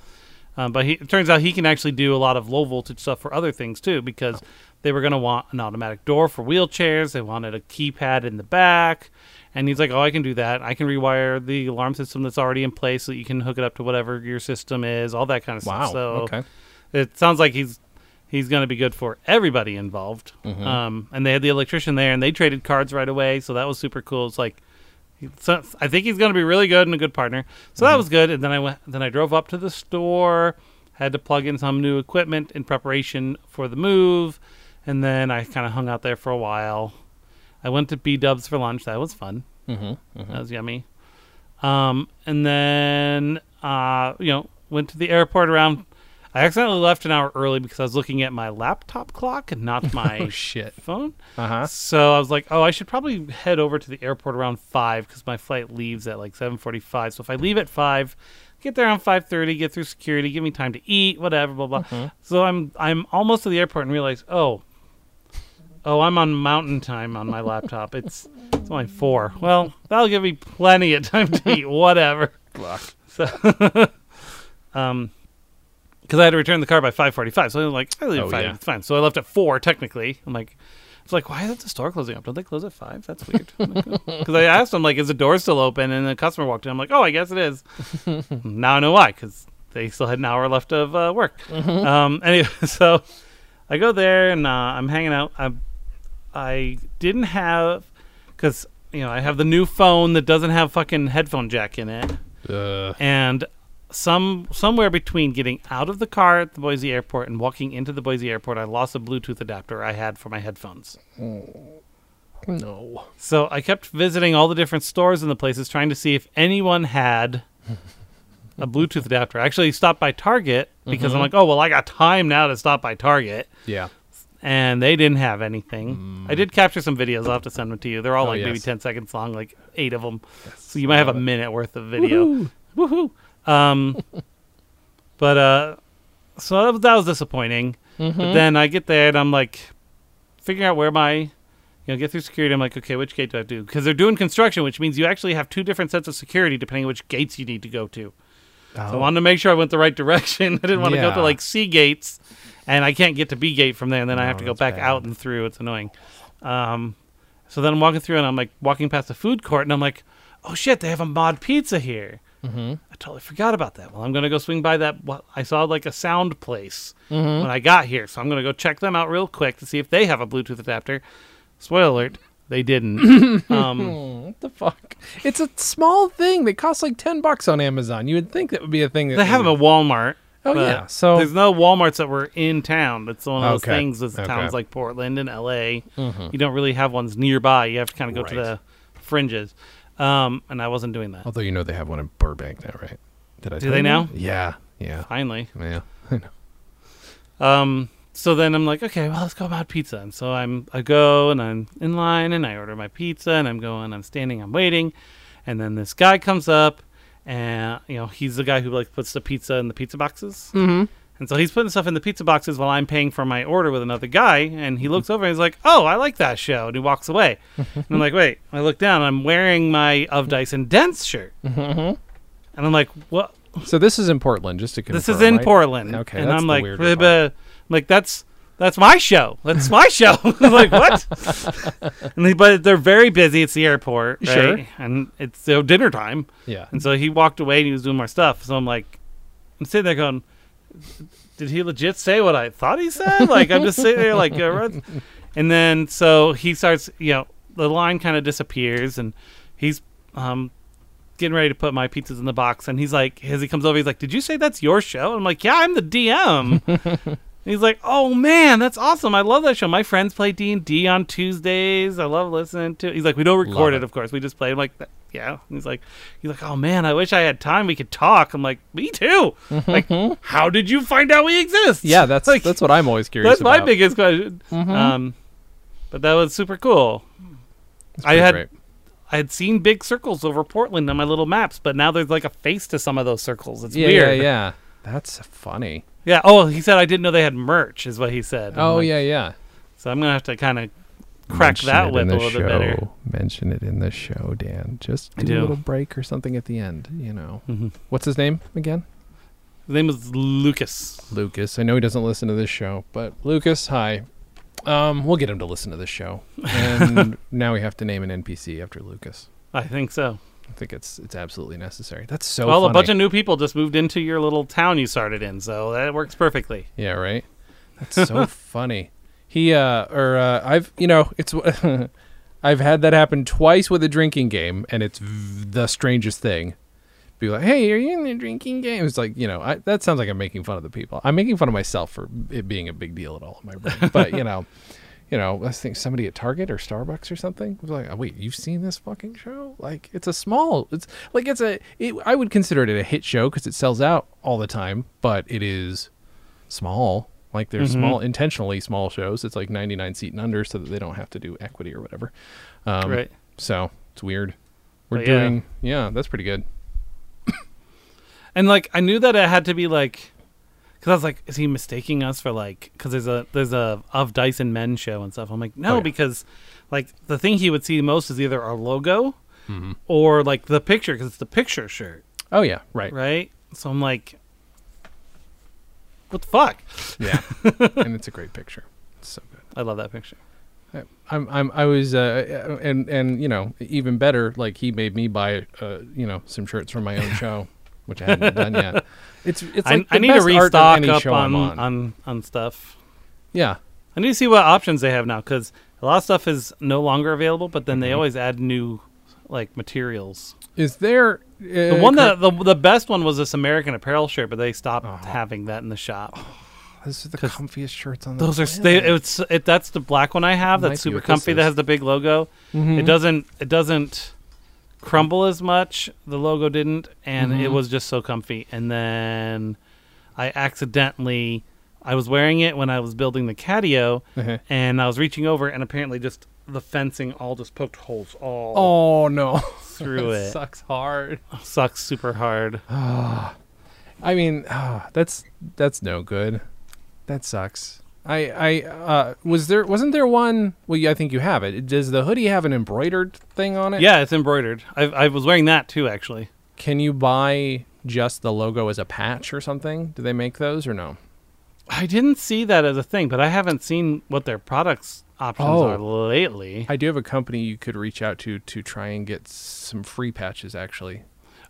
Speaker 1: Um, but he, it turns out he can actually do a lot of low voltage stuff for other things too, because they were going to want an automatic door for wheelchairs. They wanted a keypad in the back. And he's like, oh, I can do that. I can rewire the alarm system that's already in place so that you can hook it up to whatever your system is, all that kind of
Speaker 2: Wow.
Speaker 1: stuff. So
Speaker 2: okay.
Speaker 1: it sounds like he's he's going to be good for everybody involved. Um, and they had the electrician there, and they traded cards right away, so that was super cool. It's like, he- so I think he's going to be really good and a good partner. So that was good. And then I went, then I drove up to the store, had to plug in some new equipment in preparation for the move, and then I kind of hung out there for a while. I went to B Dubs for lunch. That was fun.
Speaker 2: Mm-hmm.
Speaker 1: That was yummy. Um, and then uh, you know, went to the airport around. I accidentally left an hour early because I was looking at my laptop clock and not my
Speaker 2: [laughs] Oh shit.
Speaker 1: phone.
Speaker 2: Uh huh.
Speaker 1: So I was like, oh, I should probably head over to the airport around five because my flight leaves at like seven forty-five. So if I leave at five, get there around five thirty, get through security, give me time to eat, whatever, blah blah.
Speaker 2: Mm-hmm.
Speaker 1: So I'm I'm almost to the airport and realize, oh, oh, I'm on mountain time on my laptop. It's it's only four. Well, that'll give me plenty of time to eat, whatever. So, [laughs] um, because I had to return the car by five forty-five. So I was like, I leave
Speaker 2: Oh,
Speaker 1: at five.
Speaker 2: yeah.
Speaker 1: It's fine. So I left at four technically. I'm like. It's like, why isn't the store closing up? Don't they close at five? That's weird. Because I asked them, like, is the door still open? And the customer walked in. I'm like, oh, I guess it
Speaker 2: [laughs]
Speaker 1: is. now I know why, because they still had an hour left of uh, work.
Speaker 2: Mm-hmm.
Speaker 1: Um, [laughs] anyway, so I go there and uh, I'm hanging out. I I didn't have because you know I have the new phone that doesn't have fucking headphone jack in it,
Speaker 2: Uh,
Speaker 1: and some somewhere between getting out of the car at the Boise airport and walking into the Boise airport, I lost a Bluetooth adapter I had for my headphones.
Speaker 2: no.
Speaker 1: So I kept visiting all the different stores in the places trying to see if anyone had a Bluetooth adapter. I actually stopped by Target because I'm like, oh, well, I got time now to stop by Target.
Speaker 2: Yeah.
Speaker 1: And they didn't have anything. I did capture some videos. I'll have to send them to you. They're all
Speaker 2: Mm. Oh,
Speaker 1: like maybe
Speaker 2: yes.
Speaker 1: 10 seconds long, like eight of them. So you might have a minute worth of video. Woohoo.
Speaker 2: [laughs]
Speaker 1: Um, but uh, so that was, that was disappointing.
Speaker 2: Mm-hmm.
Speaker 1: But then I get there and I'm like, figuring out where my you know, get through security. I'm like, okay, which gate do I do? Because they're doing construction, which means you actually have two different sets of security depending on which gates you need to go to. So I wanted to make sure I went the right [laughs] direction. I didn't want to go to
Speaker 2: Oh. Yeah.
Speaker 1: like C gates, and I can't get to B gate from there, and then I have
Speaker 2: No,
Speaker 1: to go
Speaker 2: Oh, that's
Speaker 1: back
Speaker 2: bad.
Speaker 1: out and through. It's annoying. Um, so then I'm walking through, and I'm like walking past the food court, and I'm like, oh shit, they have a mod pizza here.
Speaker 2: Mm-hmm.
Speaker 1: I totally forgot about that. Well, I'm gonna go swing by that. Well, I saw like a sound place
Speaker 2: Mm-hmm.
Speaker 1: when I got here, so I'm gonna go check them out real quick to see if they have a Bluetooth adapter. Spoiler alert: they didn't. um,
Speaker 2: What the fuck? It's a small thing. They cost like ten bucks on Amazon. You would think that would be a thing that
Speaker 1: they have a Walmart.
Speaker 2: Oh
Speaker 1: but
Speaker 2: yeah. So
Speaker 1: there's no WalMarts that were in town. That's one of those
Speaker 2: Okay.
Speaker 1: things with
Speaker 2: Okay. Mm-hmm.
Speaker 1: towns like Portland and LA. You don't really have ones nearby. You have to kind of go to
Speaker 2: Right.
Speaker 1: the fringes. Um, and I wasn't doing that.
Speaker 2: although you know they have one in Burbank now, right? Did I?
Speaker 1: Do
Speaker 2: tell
Speaker 1: they
Speaker 2: you?
Speaker 1: now?
Speaker 2: Yeah. Yeah.
Speaker 1: Finally.
Speaker 2: Yeah.
Speaker 1: Um, so then I'm like, okay, well, let's go about pizza. And so I'm, I go and I'm in line and I order my pizza and I'm going, I'm standing, I'm waiting. And then this guy comes up and, you know, he's the guy who like puts the pizza in the pizza boxes. Mm-hmm. And so he's putting stuff in the pizza boxes while I'm paying for my order with another guy. And he looks over and he's like, oh, I like that show. And he walks [laughs] away. and I'm like, wait, I look down and I'm wearing my Of Dice and Dents shirt. Mm-hmm. And I'm like, what?
Speaker 2: So this is in Portland, just to confirm.
Speaker 1: this is in
Speaker 2: right?
Speaker 1: Portland.
Speaker 2: Okay,
Speaker 1: and
Speaker 2: that's
Speaker 1: I'm
Speaker 2: the
Speaker 1: like,
Speaker 2: weirder
Speaker 1: "Bleh,
Speaker 2: part.
Speaker 1: bleh." I'm like that's that's my show. That's my show. [laughs] like
Speaker 2: [laughs]
Speaker 1: what? and they, but they're very busy. It's the airport, right?
Speaker 2: Sure.
Speaker 1: And it's you know, dinner time,
Speaker 2: Yeah.
Speaker 1: and so he walked away and he was doing more stuff. So I'm like, I'm sitting there going, did he legit say what I thought he
Speaker 2: [laughs]
Speaker 1: said? like I'm just sitting there like, "Yeah, right." and then so he starts, you know, the line kind of disappears, and he's um getting ready to put my pizzas in the box and he's like as he comes over he's like did you say that's your show i'm like yeah i'm the
Speaker 2: [laughs]
Speaker 1: dm and he's like oh man that's awesome i love that show my friends play d&d on tuesdays i love listening to it. he's like we don't record
Speaker 2: Love
Speaker 1: it.
Speaker 2: it.
Speaker 1: of course we just play i'm like "Th- yeah And he's like he's like oh man i wish i had time we could talk i'm like me
Speaker 2: [laughs]
Speaker 1: too like how did you find out we exist
Speaker 2: Yeah, that's
Speaker 1: Like,
Speaker 2: that's what I'm always curious
Speaker 1: that's my
Speaker 2: about. Mm-hmm.
Speaker 1: biggest question um but that was super cool
Speaker 2: It's
Speaker 1: I
Speaker 2: pretty
Speaker 1: had-
Speaker 2: great.
Speaker 1: I had seen big circles over Portland on my little maps, but now there's like a face to some of those circles. It's
Speaker 2: yeah,
Speaker 1: weird.
Speaker 2: yeah, yeah. That's funny.
Speaker 1: Yeah, Oh, he said I didn't know they had merch, is what he said. I'm
Speaker 2: Oh
Speaker 1: like,
Speaker 2: yeah, yeah.
Speaker 1: So I'm gonna have to kind of crack
Speaker 2: Mention it
Speaker 1: that
Speaker 2: in
Speaker 1: whip a
Speaker 2: the
Speaker 1: little bit better.
Speaker 2: show. Mention it in the show, Dan. Just
Speaker 1: I
Speaker 2: do, a
Speaker 1: do. Mm-hmm.
Speaker 2: little break or something at the end. You know. What's his name again?
Speaker 1: His name is Lucas.
Speaker 2: Lucas. I know he doesn't listen to this show, but Lucas, hi. Um, we'll get him to listen to this show, and
Speaker 1: [laughs]
Speaker 2: now we have to name an NPC after Lucas.
Speaker 1: I think so.
Speaker 2: I think it's it's absolutely necessary. That's so.
Speaker 1: well, a
Speaker 2: funny.
Speaker 1: bunch of new people just moved into your little town you started in, so that works perfectly.
Speaker 2: Yeah, right. That's so funny. He uh or uh I've you know, it's [laughs] I've had that happen twice with a drinking game and it's v- the strangest thing. Be like, "Hey, are you in the drinking game?" It's like, you know, I, that sounds like I'm making fun of the people. I'm making fun of myself for it being a big deal at all in my brain. But, you know, you know, I think somebody at Target or Starbucks or something was like, oh, "Wait, you've seen this fucking show? Like, it's a small, it's like it's a. It, I would consider it a hit show because it sells out all the time, but it is small. Like
Speaker 1: Mm-hmm.
Speaker 2: they're small, intentionally small shows. It's like 99 seat and under, so that they don't have to do equity or whatever. Um,
Speaker 1: Right.
Speaker 2: So it's weird. We're
Speaker 1: But yeah.
Speaker 2: doing, yeah. that's pretty good.
Speaker 1: And like I knew that it had to be like, because I was like, is he mistaking us for like? Because there's a there's a of Dice and Men show and stuff. I'm like, no,
Speaker 2: Oh, yeah.
Speaker 1: because like the thing he would see most is either our logo
Speaker 2: Mm-hmm.
Speaker 1: or like the picture because it's the picture shirt,
Speaker 2: Oh yeah, right.
Speaker 1: right? So I'm like, what the fuck? [laughs]
Speaker 2: Yeah, and it's a great picture. It's so good.
Speaker 1: I love that picture.
Speaker 2: I- I'm, I'm, I was, uh, and and you know, even better, like he made me buy, uh, you know, some shirts from
Speaker 1: [laughs]
Speaker 2: my own show, which I hadn't done yet. It's, it's
Speaker 1: I,
Speaker 2: like
Speaker 1: I
Speaker 2: the
Speaker 1: need to
Speaker 2: best art of
Speaker 1: restock
Speaker 2: any
Speaker 1: up
Speaker 2: show
Speaker 1: on,
Speaker 2: I'm
Speaker 1: on
Speaker 2: on.
Speaker 1: on stuff.
Speaker 2: Yeah,
Speaker 1: I need to see what options they have now because a lot of stuff is no longer available. But then
Speaker 2: Mm-hmm.
Speaker 1: they always add new like materials.
Speaker 2: is there uh,
Speaker 1: The one that the, the best one was this American Apparel shirt, but they stopped
Speaker 2: Oh.
Speaker 1: having that in the shop.
Speaker 2: those are the comfiest shirts on the
Speaker 1: Those are they,
Speaker 2: planet.
Speaker 1: it's it, that's the black one I have.
Speaker 2: Might
Speaker 1: That's
Speaker 2: be
Speaker 1: super
Speaker 2: what this
Speaker 1: comfy. That
Speaker 2: is. Mm-hmm.
Speaker 1: has the big logo. It doesn't it doesn't crumble as much. The logo didn't, and
Speaker 2: Mm-hmm.
Speaker 1: it was just so comfy. And then I accidentally I was wearing it when I was building the catio,
Speaker 2: Uh-huh.
Speaker 1: and I was reaching over, and apparently just the fencing all just poked holes all
Speaker 2: Oh [laughs] no,
Speaker 1: through it.
Speaker 2: sucks hard.
Speaker 1: Sucks super hard.
Speaker 2: I mean, [sighs] ah, that's that's no good. That sucks. I I uh, was there wasn't there one? Well, yeah, I think you have it. Does the hoodie have an embroidered thing on it?
Speaker 1: [laughs] Yeah, it's embroidered. I, I was wearing that too, actually.
Speaker 2: Can you buy just the logo as a patch or something? Do they make those or no?
Speaker 1: I didn't see that as a thing, but I haven't seen what their products options
Speaker 2: Oh.
Speaker 1: are lately.
Speaker 2: I do have a company you could reach out to to try and get some free patches actually.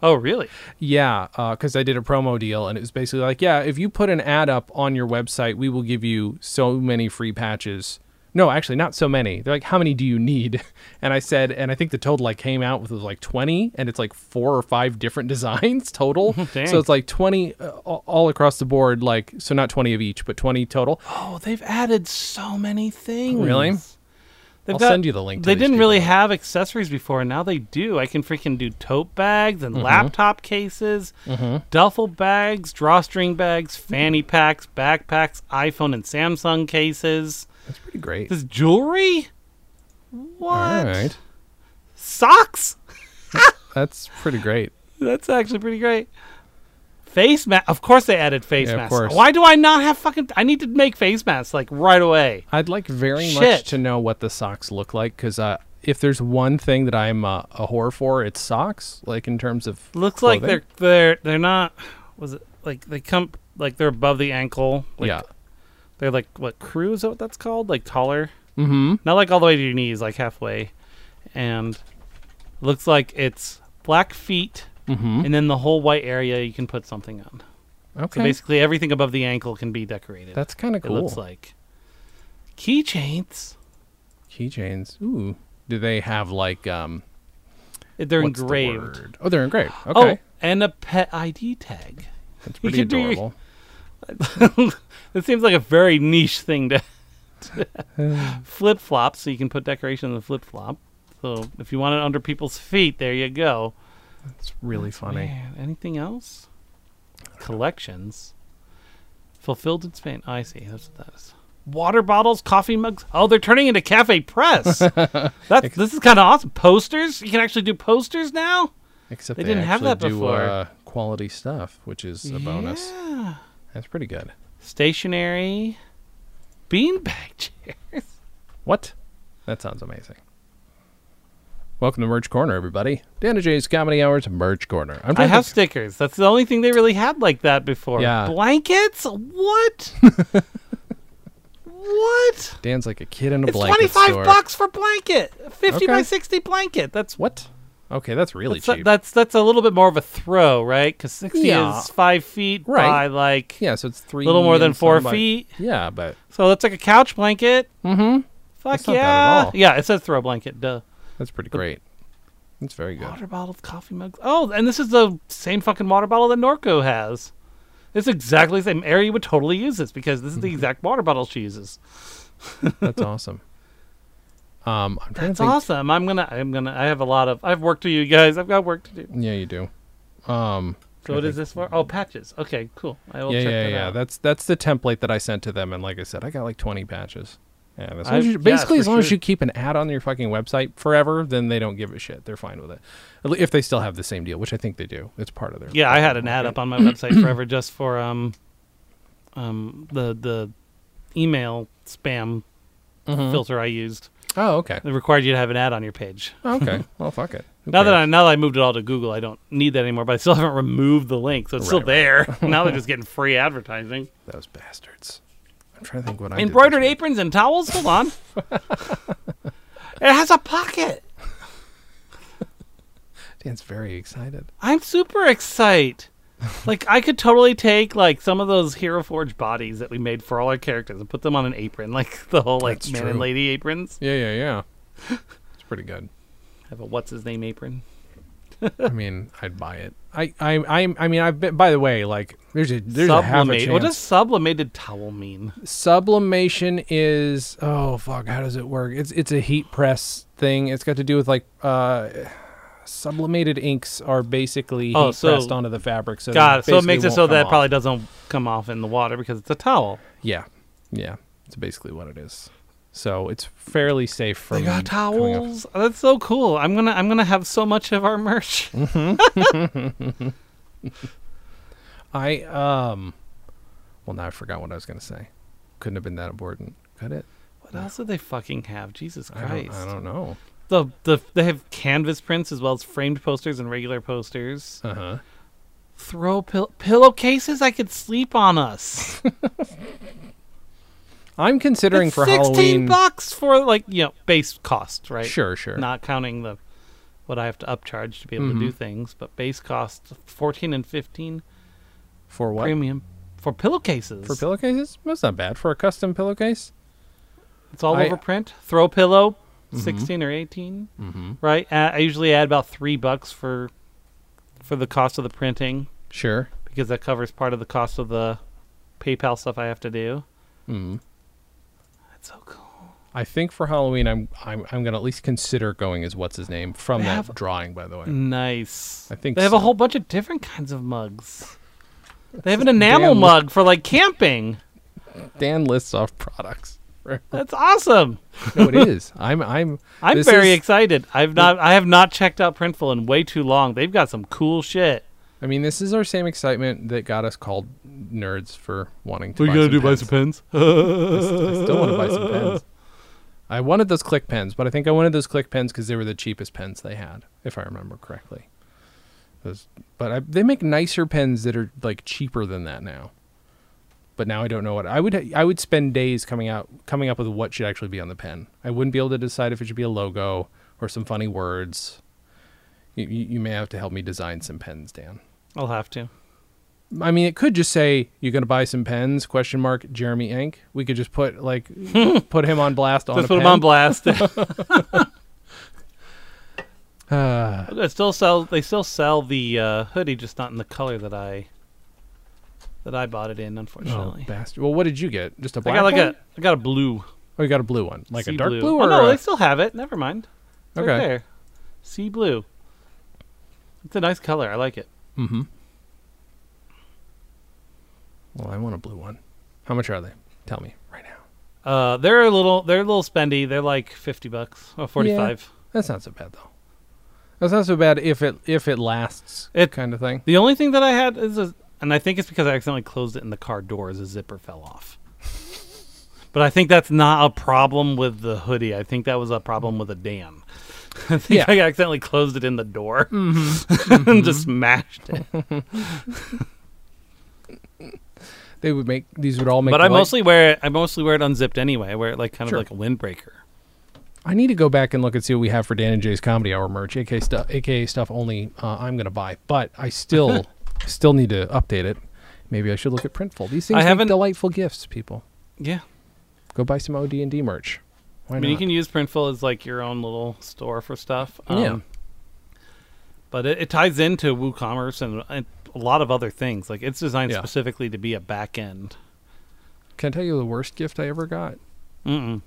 Speaker 1: Oh, really?
Speaker 2: Yeah, because I did a promo deal, and it was basically like, yeah, if you put an ad up on your website, we will give you so many free patches no, actually, not so many. They're like, how many do you need? [laughs] And I said, and I think the total I came out with was like 20, and it's like four or five different [laughs]
Speaker 1: [laughs]
Speaker 2: designs total.
Speaker 1: Dang.
Speaker 2: so it's like 20 uh, all all across the board, like, so not 20 of each, but 20 total. [gasps]
Speaker 1: Oh, they've added so many things.
Speaker 2: Really?
Speaker 1: They've
Speaker 2: I'll send you the link to
Speaker 1: they
Speaker 2: these
Speaker 1: didn't
Speaker 2: people.
Speaker 1: really have accessories before, and now they do. I can freaking do tote bags
Speaker 2: Mm-hmm.
Speaker 1: and laptop cases, duffel bags, drawstring bags, fanny packs, backpacks, iPhone and Samsung cases.
Speaker 2: Pretty great.
Speaker 1: This jewelry?
Speaker 2: All
Speaker 1: What?
Speaker 2: right.
Speaker 1: Socks?
Speaker 2: That's pretty great.
Speaker 1: That's actually pretty great. Face mask. Of course, they added face
Speaker 2: Yeah, of
Speaker 1: masks.
Speaker 2: course.
Speaker 1: Why do I not have fucking? I need to make face masks like right away.
Speaker 2: I'd like very much
Speaker 1: Shit.
Speaker 2: to know what the socks look like because uh, if there's one thing that I'm uh, a whore for, it's socks. Like in terms of
Speaker 1: Looks like
Speaker 2: clothing.
Speaker 1: they're they're they're not. Was it like they come like they're above the ankle? Like,
Speaker 2: yeah.
Speaker 1: They're like what crew is that what that's called? Like taller,
Speaker 2: Mm-hmm.
Speaker 1: not like all the way to your knees, like halfway, and looks like it's black feet,
Speaker 2: Mm-hmm.
Speaker 1: and then the whole white area you can put something on. So
Speaker 2: Okay.
Speaker 1: basically, everything above the ankle can be decorated.
Speaker 2: That's kind of
Speaker 1: it
Speaker 2: cool.
Speaker 1: looks like keychains.
Speaker 2: Keychains. Ooh. Do they have like um?
Speaker 1: They're
Speaker 2: what's the
Speaker 1: engraved.
Speaker 2: word? oh,
Speaker 1: [gasps]
Speaker 2: they're engraved.
Speaker 1: Oh,
Speaker 2: Okay.
Speaker 1: and a pet ID tag.
Speaker 2: That's
Speaker 1: you
Speaker 2: pretty
Speaker 1: could do-
Speaker 2: adorable.
Speaker 1: It seems like a very niche thing to, [laughs] flip flop, so you can put decoration on the flip flop. So if you want it under people's feet, there you go.
Speaker 2: It's really funny.
Speaker 1: Oh, Man, anything else? Collections. Fulfilled in Spain. I see. That's what that is. Water bottles, coffee mugs. Oh, they're turning into cafe
Speaker 2: [laughs]
Speaker 1: press. That's, this is kind of awesome. Posters. You can actually do posters now.
Speaker 2: Except
Speaker 1: They
Speaker 2: they,
Speaker 1: didn't have that
Speaker 2: actually do,
Speaker 1: before.
Speaker 2: Uh, quality stuff, which is a bonus.
Speaker 1: Yeah.
Speaker 2: That's pretty good.
Speaker 1: Stationary. Beanbag
Speaker 2: [laughs]
Speaker 1: chairs.
Speaker 2: What? That sounds amazing. Welcome to Merch Corner, everybody. Dana J's Comedy Hours Merch Corner. I'm
Speaker 1: I
Speaker 2: trying to
Speaker 1: have stickers. That's the only thing they really had like that before.
Speaker 2: Yeah.
Speaker 1: Blankets?
Speaker 2: [laughs]
Speaker 1: What? what?
Speaker 2: Dan's like a kid in a
Speaker 1: It's
Speaker 2: blanket
Speaker 1: twenty five
Speaker 2: store.
Speaker 1: bucks for blanket. A Fifty by
Speaker 2: Okay.
Speaker 1: sixty blanket. That's
Speaker 2: What? Okay, that's really
Speaker 1: that's,
Speaker 2: cheap.
Speaker 1: that's that's a little bit more of a throw, right? Because sixty
Speaker 2: Yeah.
Speaker 1: is five feet
Speaker 2: Right.
Speaker 1: by like
Speaker 2: yeah, so it's
Speaker 1: a
Speaker 2: three.
Speaker 1: little more than
Speaker 2: and
Speaker 1: four
Speaker 2: some by-
Speaker 1: feet.
Speaker 2: Yeah, but
Speaker 1: So that's like a couch blanket.
Speaker 2: Mhm.
Speaker 1: Fuck
Speaker 2: That's
Speaker 1: yeah.
Speaker 2: not bad at all.
Speaker 1: Yeah, it says throw blanket. Duh.
Speaker 2: that's pretty great. That's very good.
Speaker 1: Water bottles, coffee mugs. Oh, and this is the same fucking water bottle that Norco has. It's exactly the same. Ari would totally use this because this is
Speaker 2: Mm-hmm.
Speaker 1: the exact water bottle she uses.
Speaker 2: That's awesome. Um, I'm trying
Speaker 1: That's
Speaker 2: to think.
Speaker 1: awesome. I'm gonna. I'm gonna. I have a lot of. I've work to you guys. I've got work to do.
Speaker 2: Yeah, you do. Um,
Speaker 1: So what is this for? Oh, patches. Okay, cool. I will
Speaker 2: yeah,
Speaker 1: check
Speaker 2: yeah,
Speaker 1: that
Speaker 2: yeah.
Speaker 1: out.
Speaker 2: That's that's the template that I sent to them, and like I said, I got like 20 patches. Yeah, as long
Speaker 1: I've-
Speaker 2: as you,
Speaker 1: yeah,
Speaker 2: basically,
Speaker 1: for
Speaker 2: as long as
Speaker 1: sure.
Speaker 2: you keep an ad on your fucking website forever, then they don't give a shit. They're fine with it, At le- if they still have the same deal, which I think they do. It's part of their.
Speaker 1: yeah, I had an ad up on my
Speaker 2: [clears throat]
Speaker 1: website forever just for um, um the the email spam
Speaker 2: Mm-hmm.
Speaker 1: filter I used.
Speaker 2: Oh,
Speaker 1: [laughs]
Speaker 2: okay.
Speaker 1: It required you to have an ad on your page.
Speaker 2: Oh, okay. well, fuck it. Who
Speaker 1: Now that
Speaker 2: cares?
Speaker 1: I now that I moved it all to Google, I don't need that anymore. But I still [laughs] haven't removed the link, so it's still
Speaker 2: Right,
Speaker 1: there.
Speaker 2: [laughs]
Speaker 1: now they're just getting free advertising.
Speaker 2: Those bastards. I'm trying to think what I did this
Speaker 1: Embroidered
Speaker 2: week.
Speaker 1: aprons and towels. Hold
Speaker 2: [laughs]
Speaker 1: on, it has a pocket.
Speaker 2: Dan's very excited.
Speaker 1: I'm super excited. Like I could totally take like some of those Hero Forge bodies that we made for all our characters and put them on an apron, like [laughs] the whole like
Speaker 2: That's
Speaker 1: man
Speaker 2: true.
Speaker 1: and lady aprons.
Speaker 2: Yeah, yeah, yeah. it's pretty good.
Speaker 1: Have a what's his name apron.
Speaker 2: I mean, I'd buy it. I, I, I, I mean, I've been. By the way, like, there's a there's a half a
Speaker 1: Sublimate.
Speaker 2: chance.
Speaker 1: What does sublimated towel mean?
Speaker 2: sublimation is oh fuck how does it work it's it's a heat press thing it's got to do with like uh sublimated inks are basically
Speaker 1: Oh,
Speaker 2: heat
Speaker 1: so-
Speaker 2: pressed onto the fabric so
Speaker 1: God,
Speaker 2: they
Speaker 1: so it
Speaker 2: basically
Speaker 1: makes it
Speaker 2: won't
Speaker 1: so that
Speaker 2: come
Speaker 1: it probably
Speaker 2: off.
Speaker 1: doesn't come off in the water because it's a towel.
Speaker 2: yeah yeah it's basically what it is so it's fairly safe from
Speaker 1: They got
Speaker 2: coming off.
Speaker 1: towels. Oh, That's so cool. I'm gonna I'm gonna have so much of our merch. [laughs]
Speaker 2: Mm. i um well now i forgot what i was gonna say couldn't have been that important could it
Speaker 1: what else do they fucking have? Jesus
Speaker 2: I don't,
Speaker 1: Christ.
Speaker 2: I don't know
Speaker 1: The the they have canvas prints as well as framed posters and regular posters.
Speaker 2: uh-huh
Speaker 1: Throw pill- pillowcases I could sleep on
Speaker 2: [laughs]
Speaker 1: us.
Speaker 2: i'm considering
Speaker 1: It's
Speaker 2: for
Speaker 1: Sixteen
Speaker 2: halloween
Speaker 1: bucks for like you know base cost, right?
Speaker 2: sure sure Mm-hmm.
Speaker 1: Not counting the what I have to upcharge to be able to do things, but base cost fourteen and fifteen
Speaker 2: for what
Speaker 1: premium for pillowcases.
Speaker 2: For pillowcases? That's not bad. For a custom pillowcase?
Speaker 1: It's all
Speaker 2: I-
Speaker 1: over print. Throw pillow, sixteen or 18
Speaker 2: Mm-hmm.
Speaker 1: right? Uh, I usually add about three bucks for for the cost of the printing
Speaker 2: Sure.
Speaker 1: because that covers part of the cost of the PayPal stuff I have to do.
Speaker 2: hmm
Speaker 1: That's so cool.
Speaker 2: I think for Halloween, I'm I'm I'm gonna at least consider going as what's his name from
Speaker 1: They
Speaker 2: that
Speaker 1: have- Mm.
Speaker 2: drawing, by the way.
Speaker 1: Nice.
Speaker 2: I think
Speaker 1: they have
Speaker 2: so.
Speaker 1: a whole bunch of different kinds of mugs. They have an enamel mug for like camping.
Speaker 2: Dan lists off
Speaker 1: [laughs]
Speaker 2: products.
Speaker 1: That's awesome.
Speaker 2: no, it is. I'm I'm
Speaker 1: I'm
Speaker 2: this
Speaker 1: very
Speaker 2: is-
Speaker 1: excited. I've not I have not checked out Printful in way too long. They've got some cool shit.
Speaker 2: I mean, this is our same excitement that got us called nerds for wanting to. buy some pens.
Speaker 1: pens.
Speaker 2: [laughs] I s- I still want to buy some pens. I wanted those click pens, but I think I wanted those click pens because they were the cheapest pens they had, if I remember correctly. Those- but I, they make nicer pens that are like cheaper than that now. But now I don't know what I would. I would spend days coming out coming up with what should actually be on the pen. I wouldn't be able to decide if it should be a logo or some funny words. You, you, you may have to help me design some pens, Dan.
Speaker 1: I'll have to.
Speaker 2: I mean, it could just say you're going to buy some pens? Question mark Jeremy Inc. We could just put
Speaker 1: [laughs]
Speaker 2: like put him on blast on
Speaker 1: Just
Speaker 2: a
Speaker 1: put
Speaker 2: pen.
Speaker 1: them on blast.
Speaker 2: [laughs]
Speaker 1: [laughs]
Speaker 2: Ah,
Speaker 1: They still sell. They still sell the uh, hoodie, just not in the color that I that I bought it in.
Speaker 2: oh,
Speaker 1: Unfortunately,
Speaker 2: bastard. Well, what did you get? Just
Speaker 1: I
Speaker 2: a black
Speaker 1: got like
Speaker 2: one?
Speaker 1: a I got a blue,
Speaker 2: Oh, you got a blue one, like
Speaker 1: sea
Speaker 2: a dark blue,
Speaker 1: Oh,
Speaker 2: or
Speaker 1: no,
Speaker 2: a-
Speaker 1: they still have it. Never mind. It's right
Speaker 2: Okay.
Speaker 1: there, sea blue. It's a nice color. I like it.
Speaker 2: Mm-hmm. Well, I want a blue one. How much are they? Tell me right now.
Speaker 1: Uh, they're a little. They're a little spendy. They're like fifty bucks or forty-five.
Speaker 2: That's not so bad though. That's not so bad if it if it lasts.
Speaker 1: It-
Speaker 2: kind of thing.
Speaker 1: The only thing that I had is, a, and I think it's because I accidentally closed it in the car door, is a zipper fell off. but I think that's not a problem with the hoodie. I think that was a problem with a dam. [laughs] I think
Speaker 2: Yeah. Mm-hmm.
Speaker 1: I accidentally closed it in the door [laughs] and just smashed it.
Speaker 2: They would make these would all make.
Speaker 1: but I
Speaker 2: light-
Speaker 1: mostly wear it. I mostly wear it unzipped anyway. I wear it like kind
Speaker 2: Sure.
Speaker 1: of like a windbreaker.
Speaker 2: I need to go back and look and see what we have for Dan and Jay's Comedy Hour merch, aka stuff, aka stuff only uh, I'm going to buy. But
Speaker 1: [laughs]
Speaker 2: I still, still need to update it. Maybe I should look at Printful. These things
Speaker 1: I
Speaker 2: make
Speaker 1: haven't-
Speaker 2: delightful gifts. People,
Speaker 1: Yeah,
Speaker 2: go buy some OD and D merch. Why
Speaker 1: I mean you
Speaker 2: not?
Speaker 1: can use Printful as like your own little store for stuff. um,
Speaker 2: Yeah.
Speaker 1: But it, it ties into WooCommerce and, and a lot of other things. Like it's designed
Speaker 2: Yeah.
Speaker 1: specifically to be a back end.
Speaker 2: Can I tell you the worst gift I ever got?
Speaker 1: Mm-mm.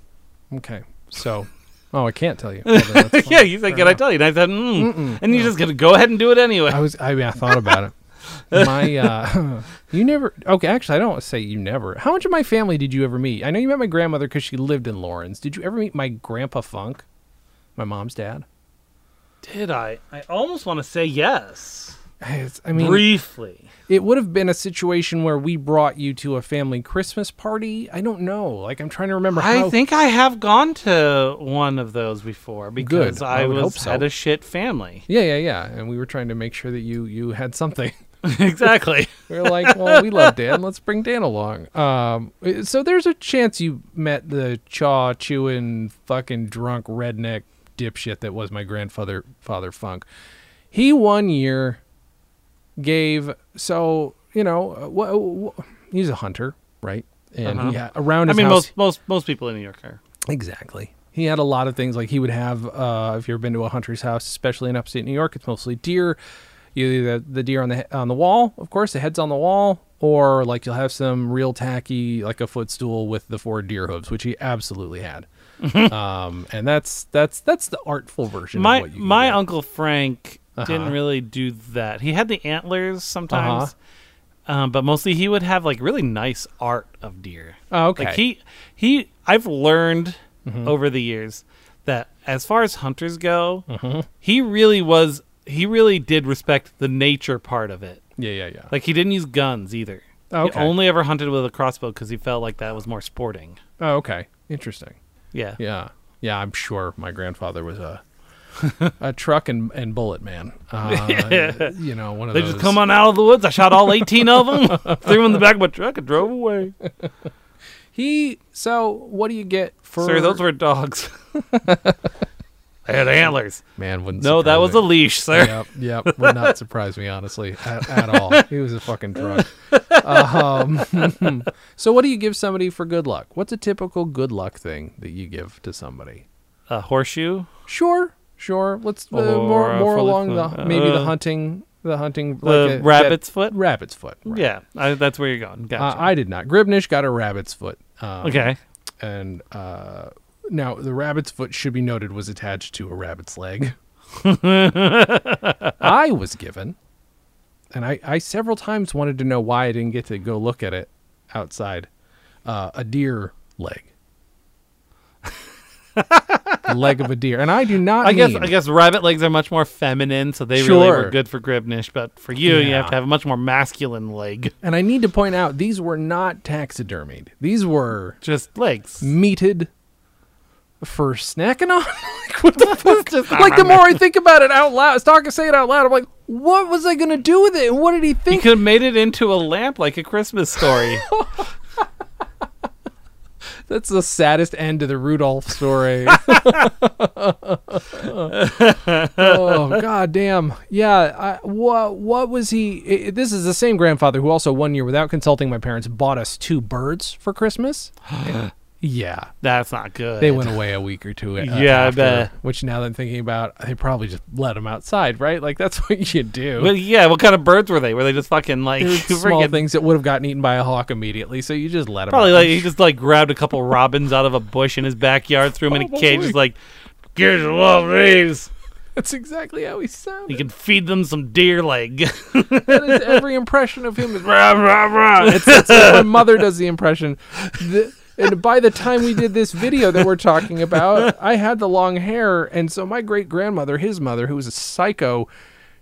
Speaker 2: Okay, so, oh, I
Speaker 1: [laughs]
Speaker 2: can't tell you. Well, then that's
Speaker 1: Yeah,
Speaker 2: fine.
Speaker 1: he's like,
Speaker 2: Fair
Speaker 1: can I
Speaker 2: enough.
Speaker 1: tell you? And I said, mm.
Speaker 2: Mm-mm.
Speaker 1: and you're just gonna go ahead and do it anyway.
Speaker 2: I was. I mean, I thought about it. [laughs] My, uh, you never. Okay, actually, I don't say you never. How much of my family did you ever meet? I know you met my grandmother because she lived in Lawrence. Did you ever meet my grandpa Funk, my mom's dad?
Speaker 1: Did I? I almost want to say yes,
Speaker 2: It's- I mean,
Speaker 1: briefly.
Speaker 2: it would have been a situation where we brought you to a family Christmas party. I don't know. Like, I'm trying to remember.
Speaker 1: I
Speaker 2: how,
Speaker 1: think I have gone to one of those before because
Speaker 2: Good.
Speaker 1: I,
Speaker 2: I would
Speaker 1: was
Speaker 2: hope so.
Speaker 1: had a shit family.
Speaker 2: Yeah, yeah, yeah. And we were trying to make sure that you you had something.
Speaker 1: [laughs] [laughs] exactly.
Speaker 2: We were like, well, we love Dan. Let's bring Dan along. Um, so there's a chance you met the chaw chewing fucking drunk redneck dipshit that was my grandfather, Father Funk. He one year gave so you know wh- wh- he's a hunter, right? And
Speaker 1: Uh-huh.
Speaker 2: he ha- around
Speaker 1: I
Speaker 2: his
Speaker 1: mean,
Speaker 2: house,
Speaker 1: most most most people in New York are.
Speaker 2: Exactly. He had a lot of things like he would have. Uh, if you've ever been to a hunter's house, especially in upstate New York, it's mostly deer. You the the deer on the he- on the wall, of course, the head's on the wall, or like you'll have some real tacky, like a footstool with the four deer hooves, which he absolutely had. um, and that's that's that's the artful version.
Speaker 1: Mm-hmm. My
Speaker 2: of what you can
Speaker 1: my
Speaker 2: get.
Speaker 1: uncle Frank
Speaker 2: Uh-huh.
Speaker 1: didn't really do that. He had the antlers sometimes,
Speaker 2: Uh-huh.
Speaker 1: um, but mostly he would have like really nice art of deer.
Speaker 2: Oh, okay. Mm-hmm.
Speaker 1: Like he he I've learned over the years that as far as hunters go,
Speaker 2: Mm-hmm.
Speaker 1: he really was he really did respect the nature part of it.
Speaker 2: yeah yeah yeah.
Speaker 1: Like he didn't use guns either.
Speaker 2: Oh, okay.
Speaker 1: He only ever hunted with a crossbow because he felt like that was more sporting.
Speaker 2: oh okay, interesting.
Speaker 1: Yeah.
Speaker 2: Yeah, yeah. I'm sure my grandfather was
Speaker 1: [laughs]
Speaker 2: a a truck and, and bullet man.
Speaker 1: [laughs]
Speaker 2: Uh, You know, one of
Speaker 1: They
Speaker 2: those.
Speaker 1: just come on out of the woods. I shot all 18 of them, [laughs] threw them in the back of my truck, and drove away.
Speaker 2: He so what do you get for [laughs]
Speaker 1: Sir, those were dogs. had antlers.
Speaker 2: Man, wouldn't
Speaker 1: No, that
Speaker 2: surprise
Speaker 1: was
Speaker 2: me.
Speaker 1: a leash, sir. [laughs]
Speaker 2: Yep, yep. Would not surprise me honestly at, at all. He was a fucking drunk. Um, [laughs] so, what do you give somebody for good luck? What's a typical good luck thing that you give to somebody?
Speaker 1: A horseshoe.
Speaker 2: Sure, sure. Let's uh,
Speaker 1: Or
Speaker 2: more
Speaker 1: a
Speaker 2: more
Speaker 1: fully
Speaker 2: along the
Speaker 1: clothed-
Speaker 2: maybe the
Speaker 1: uh,
Speaker 2: hunting the hunting
Speaker 1: The
Speaker 2: a-
Speaker 1: rabbit's
Speaker 2: that-
Speaker 1: foot.
Speaker 2: rabbit's foot. right.
Speaker 1: Yeah, I, that's where you're going.
Speaker 2: Uh,
Speaker 1: Gotcha.
Speaker 2: I did not. Gribnish got a rabbit's foot. Um,
Speaker 1: okay.
Speaker 2: And uh, now the rabbit's foot should be noted was attached to a rabbit's
Speaker 1: [laughs]
Speaker 2: leg. I was given, and I, I several times wanted to know why I didn't get to go look at it outside, uh, a deer leg.
Speaker 1: [laughs]
Speaker 2: The leg of a deer. And I do not
Speaker 1: I guess
Speaker 2: mean-
Speaker 1: I guess rabbit legs are much more feminine, so they really
Speaker 2: Sure.
Speaker 1: were good for Gribnish. But for you, you have
Speaker 2: Yeah.
Speaker 1: to have a much more masculine [laughs] leg.
Speaker 2: And I need to point out these were not taxidermied. These were
Speaker 1: Just legs.
Speaker 2: meated for snacking on. [laughs] like, what the fuck?
Speaker 1: Just-
Speaker 2: like the more I think about it out loud, start say it out loud. I'm like, what was I gonna do with it? And what did he
Speaker 1: You
Speaker 2: think?
Speaker 1: could have made it into a lamp like a Christmas story.
Speaker 2: That's the saddest end to the Rudolph story. [laughs] oh god damn. Yeah. I, what what was he? i- i- this is the same grandfather who also one year, without consulting my parents, bought us two birds for [gasps] Christmas. yeah.
Speaker 1: [laughs] That's not good.
Speaker 2: They went away a week or two.
Speaker 1: [laughs]
Speaker 2: a-
Speaker 1: Yeah, I
Speaker 2: after,
Speaker 1: bet.
Speaker 2: Which now that I'm thinking about, they probably just let them outside, right? Like that's [laughs] what you do.
Speaker 1: Well, yeah, what kind of birds were they? Were they just fucking like [laughs]
Speaker 2: They were small
Speaker 1: freaking-
Speaker 2: things that would have gotten eaten by a hawk immediately, so you just let them.
Speaker 1: Probably like
Speaker 2: [laughs]
Speaker 1: he just like grabbed a couple robins out of a bush in his backyard, threw them in a cage,
Speaker 2: Probably.
Speaker 1: just like, here's a lot of these.
Speaker 2: that's exactly how he sounded. [laughs]
Speaker 1: You can feed them some deer leg.
Speaker 2: That
Speaker 1: [laughs]
Speaker 2: is every impression of him. Is,
Speaker 1: Rah, rah, rah. It's-
Speaker 2: it's, it's how my mother does the impression. The, and by the time we did this video that we're talking about, I had the long hair, and so my great grandmother, his mother, who was a psycho.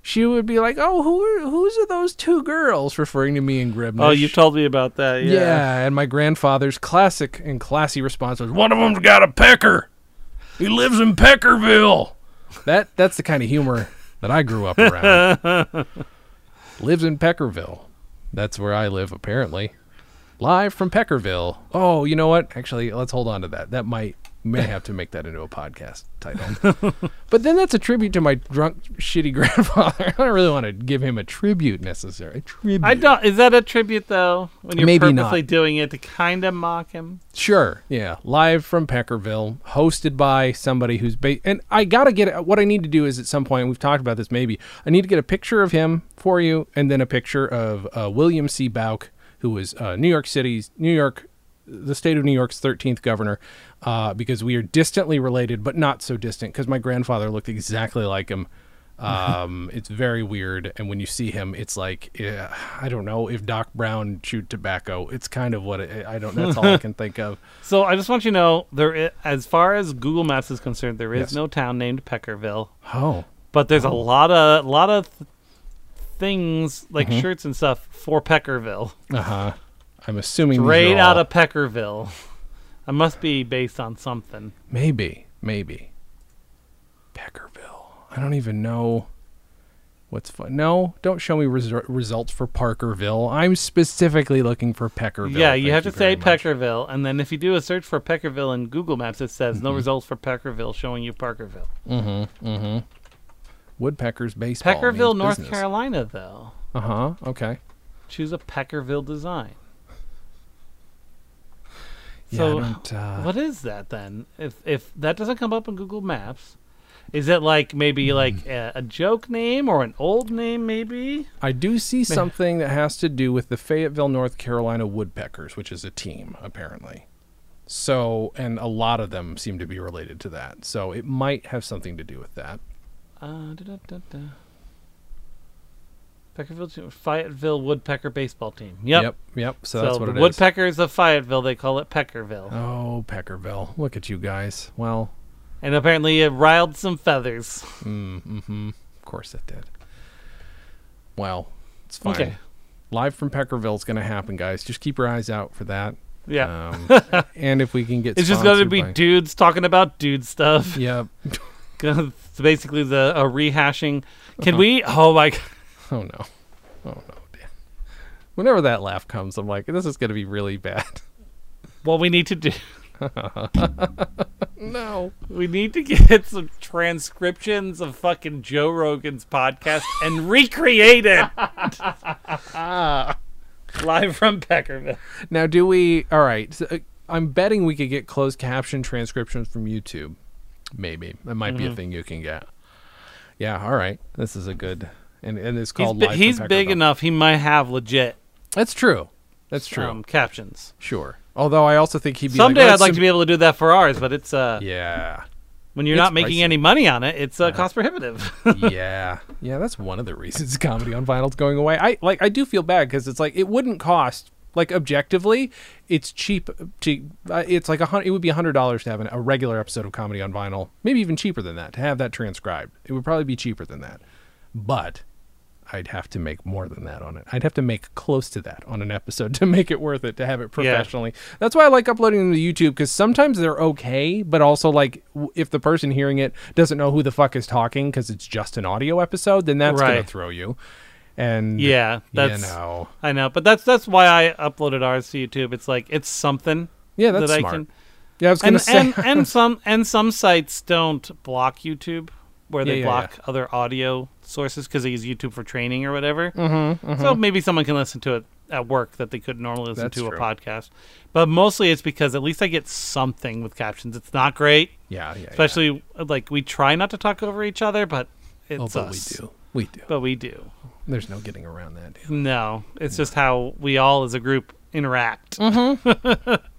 Speaker 2: She would be like, "Oh, who are who's are those two girls?" Referring to me and
Speaker 1: [laughs]
Speaker 2: Grimnish.
Speaker 1: oh, you told me about that.
Speaker 2: Yeah.
Speaker 1: Yeah.
Speaker 2: and my grandfather's classic and classy response was, "One of them's got a pecker. He lives in Peckerville." That that's the kind of humor that I grew up around. lives in Peckerville. That's where I live, apparently. Live from Peckerville. Oh, you know what? Actually, let's hold on to that. That might may have to make that into a podcast title. but then that's a tribute to my drunk, shitty [laughs] grandfather. I don't really want to give him a tribute necessarily. A tribute.
Speaker 1: I don't. Is that a tribute though? When you're
Speaker 2: Maybe not.
Speaker 1: purposely doing it to kind of mock him.
Speaker 2: Sure. Yeah. Live from Peckerville, hosted by somebody who's ba- and I gotta get what I need to do is at some point we've talked about this maybe I need to get a picture of him for you and then a picture of uh, William C. Bauk, who was uh, New York City's New York, the state of New York's 13th governor, uh, because we are distantly related but not so distant because my grandfather looked exactly like him. Um, it's very weird, and when you see him, it's like eh, I don't know if Doc Brown chewed tobacco. It's kind of what it, I don't. That's all I can think of.
Speaker 1: So I just want you to know there, is, as far as Google Maps is concerned, there is
Speaker 2: Yes.
Speaker 1: no town named Peckerville,
Speaker 2: Oh,
Speaker 1: but there's a lot of lot of th- things like
Speaker 2: Mm-hmm.
Speaker 1: shirts and stuff for Peckerville.
Speaker 2: uh huh. I'm assuming these are
Speaker 1: Right
Speaker 2: all-
Speaker 1: out of Peckerville. I must be based on something.
Speaker 2: maybe, maybe Peckerville. I don't even know what's fun. No, don't show me resor- results for Parkerville. I'm specifically looking for Peckerville.
Speaker 1: yeah, you
Speaker 2: Thank
Speaker 1: have to
Speaker 2: very
Speaker 1: say
Speaker 2: much.
Speaker 1: Peckerville, and then if you do a search for Peckerville in Google Maps, it says
Speaker 2: Mm-hmm.
Speaker 1: no results for Peckerville, showing you Parkerville.
Speaker 2: Woodpeckers baseball.
Speaker 1: Peckerville, North Carolina, though.
Speaker 2: Uh huh. Okay.
Speaker 1: Choose a Peckerville design.
Speaker 2: Yeah,
Speaker 1: So,
Speaker 2: I don't, uh,
Speaker 1: What is that then? If if that doesn't come up in Google Maps, is it like
Speaker 2: Hmm.
Speaker 1: maybe like a, a joke name or an old name? Maybe.
Speaker 2: I do see something that has to do with the Fayetteville, North Carolina Woodpeckers, which is a team, apparently. So, and a lot of them seem to be related to that. So it might have something to do with that.
Speaker 1: Uh, da-da-da-da. Peckerville, team- Fayetteville Woodpecker baseball team. Yep.
Speaker 2: Yep. yep. So,
Speaker 1: So,
Speaker 2: that's what
Speaker 1: the
Speaker 2: it is.
Speaker 1: Woodpeckers of Fayetteville, they call it Peckerville,
Speaker 2: Oh, Peckerville. Look at you guys. Well,
Speaker 1: and apparently it riled some feathers. [laughs]
Speaker 2: of course it did. Well, it's fine.
Speaker 1: Okay.
Speaker 2: Live from Peckerville is going to happen, guys. Just keep your eyes out for that.
Speaker 1: Yeah, [laughs]
Speaker 2: Um, and if we can get
Speaker 1: it's just going to
Speaker 2: sponsored
Speaker 1: be
Speaker 2: by-
Speaker 1: dudes talking about dude stuff.
Speaker 2: Yep. [laughs]
Speaker 1: it's [laughs] basically the a rehashing.
Speaker 2: Uh-huh.
Speaker 1: Can we? Oh my! g-
Speaker 2: Oh no. Oh no, Dan. Whenever that laugh comes, I'm like, this is gonna be really bad.
Speaker 1: What we need to do?
Speaker 2: no.
Speaker 1: We need to get some transcriptions of fucking Joe Rogan's podcast and recreate it live from Peckerville.
Speaker 2: Now, do we? All right. So, uh, I'm betting we could get closed caption transcriptions from YouTube. Maybe that might
Speaker 1: Mm-hmm.
Speaker 2: be a thing you can get. Yeah. All right. This is a good. And, and
Speaker 1: He's,
Speaker 2: it's called.
Speaker 1: bi-
Speaker 2: Live from
Speaker 1: he's big
Speaker 2: Peckerville.
Speaker 1: enough. He might have legit
Speaker 2: That's true. That's true.
Speaker 1: um, captions.
Speaker 2: sure. Although I also think he'd be
Speaker 1: Someday
Speaker 2: like,
Speaker 1: I'd like to be able to do that for ours, but it's uh,
Speaker 2: Yeah.
Speaker 1: when you're
Speaker 2: it's
Speaker 1: not making
Speaker 2: pricey. Uh-huh.
Speaker 1: any money on it, it's uh, cost prohibitive.
Speaker 2: yeah, yeah, that's one of the reasons comedy on vinyl's going away. I like, I do feel bad because it's like it wouldn't cost like objectively, it's cheap to uh, it's like a hundred. It would be a hundred dollars to have an, a regular episode of comedy on vinyl, maybe even cheaper than that to have that transcribed. It would probably be cheaper than that, but I'd have to make more than that on it. I'd have to make close to that on an episode [laughs] to make it worth it to have it professionally. That's why I like uploading them to YouTube because sometimes they're okay, but also like w- if the person hearing it doesn't know who the fuck is talking because it's just an audio episode, then that's gonna
Speaker 1: Right.
Speaker 2: throw you. And
Speaker 1: yeah, that's
Speaker 2: you know,
Speaker 1: I know, but that's that's why I uploaded ours to YouTube. It's like it's something.
Speaker 2: yeah, that's
Speaker 1: that
Speaker 2: smart.
Speaker 1: I can
Speaker 2: yeah, I was gonna
Speaker 1: and,
Speaker 2: say, [laughs]
Speaker 1: and and some and some sites don't block YouTube where they
Speaker 2: Yeah, yeah,
Speaker 1: block other audio sources because they use YouTube for training or whatever. Mm-hmm, So maybe someone can listen to it at work that they couldn't normally listen
Speaker 2: That's
Speaker 1: to
Speaker 2: true.
Speaker 1: a podcast. But mostly it's because at least I get something with captions. It's not great,
Speaker 2: yeah, yeah, yeah.
Speaker 1: especially like we try not to talk over each other, but it's
Speaker 2: Oh, but
Speaker 1: us.
Speaker 2: we do, we do.
Speaker 1: But we do.
Speaker 2: There's no getting around that. dude.
Speaker 1: No, it's just how we all as a group interact.
Speaker 2: [laughs]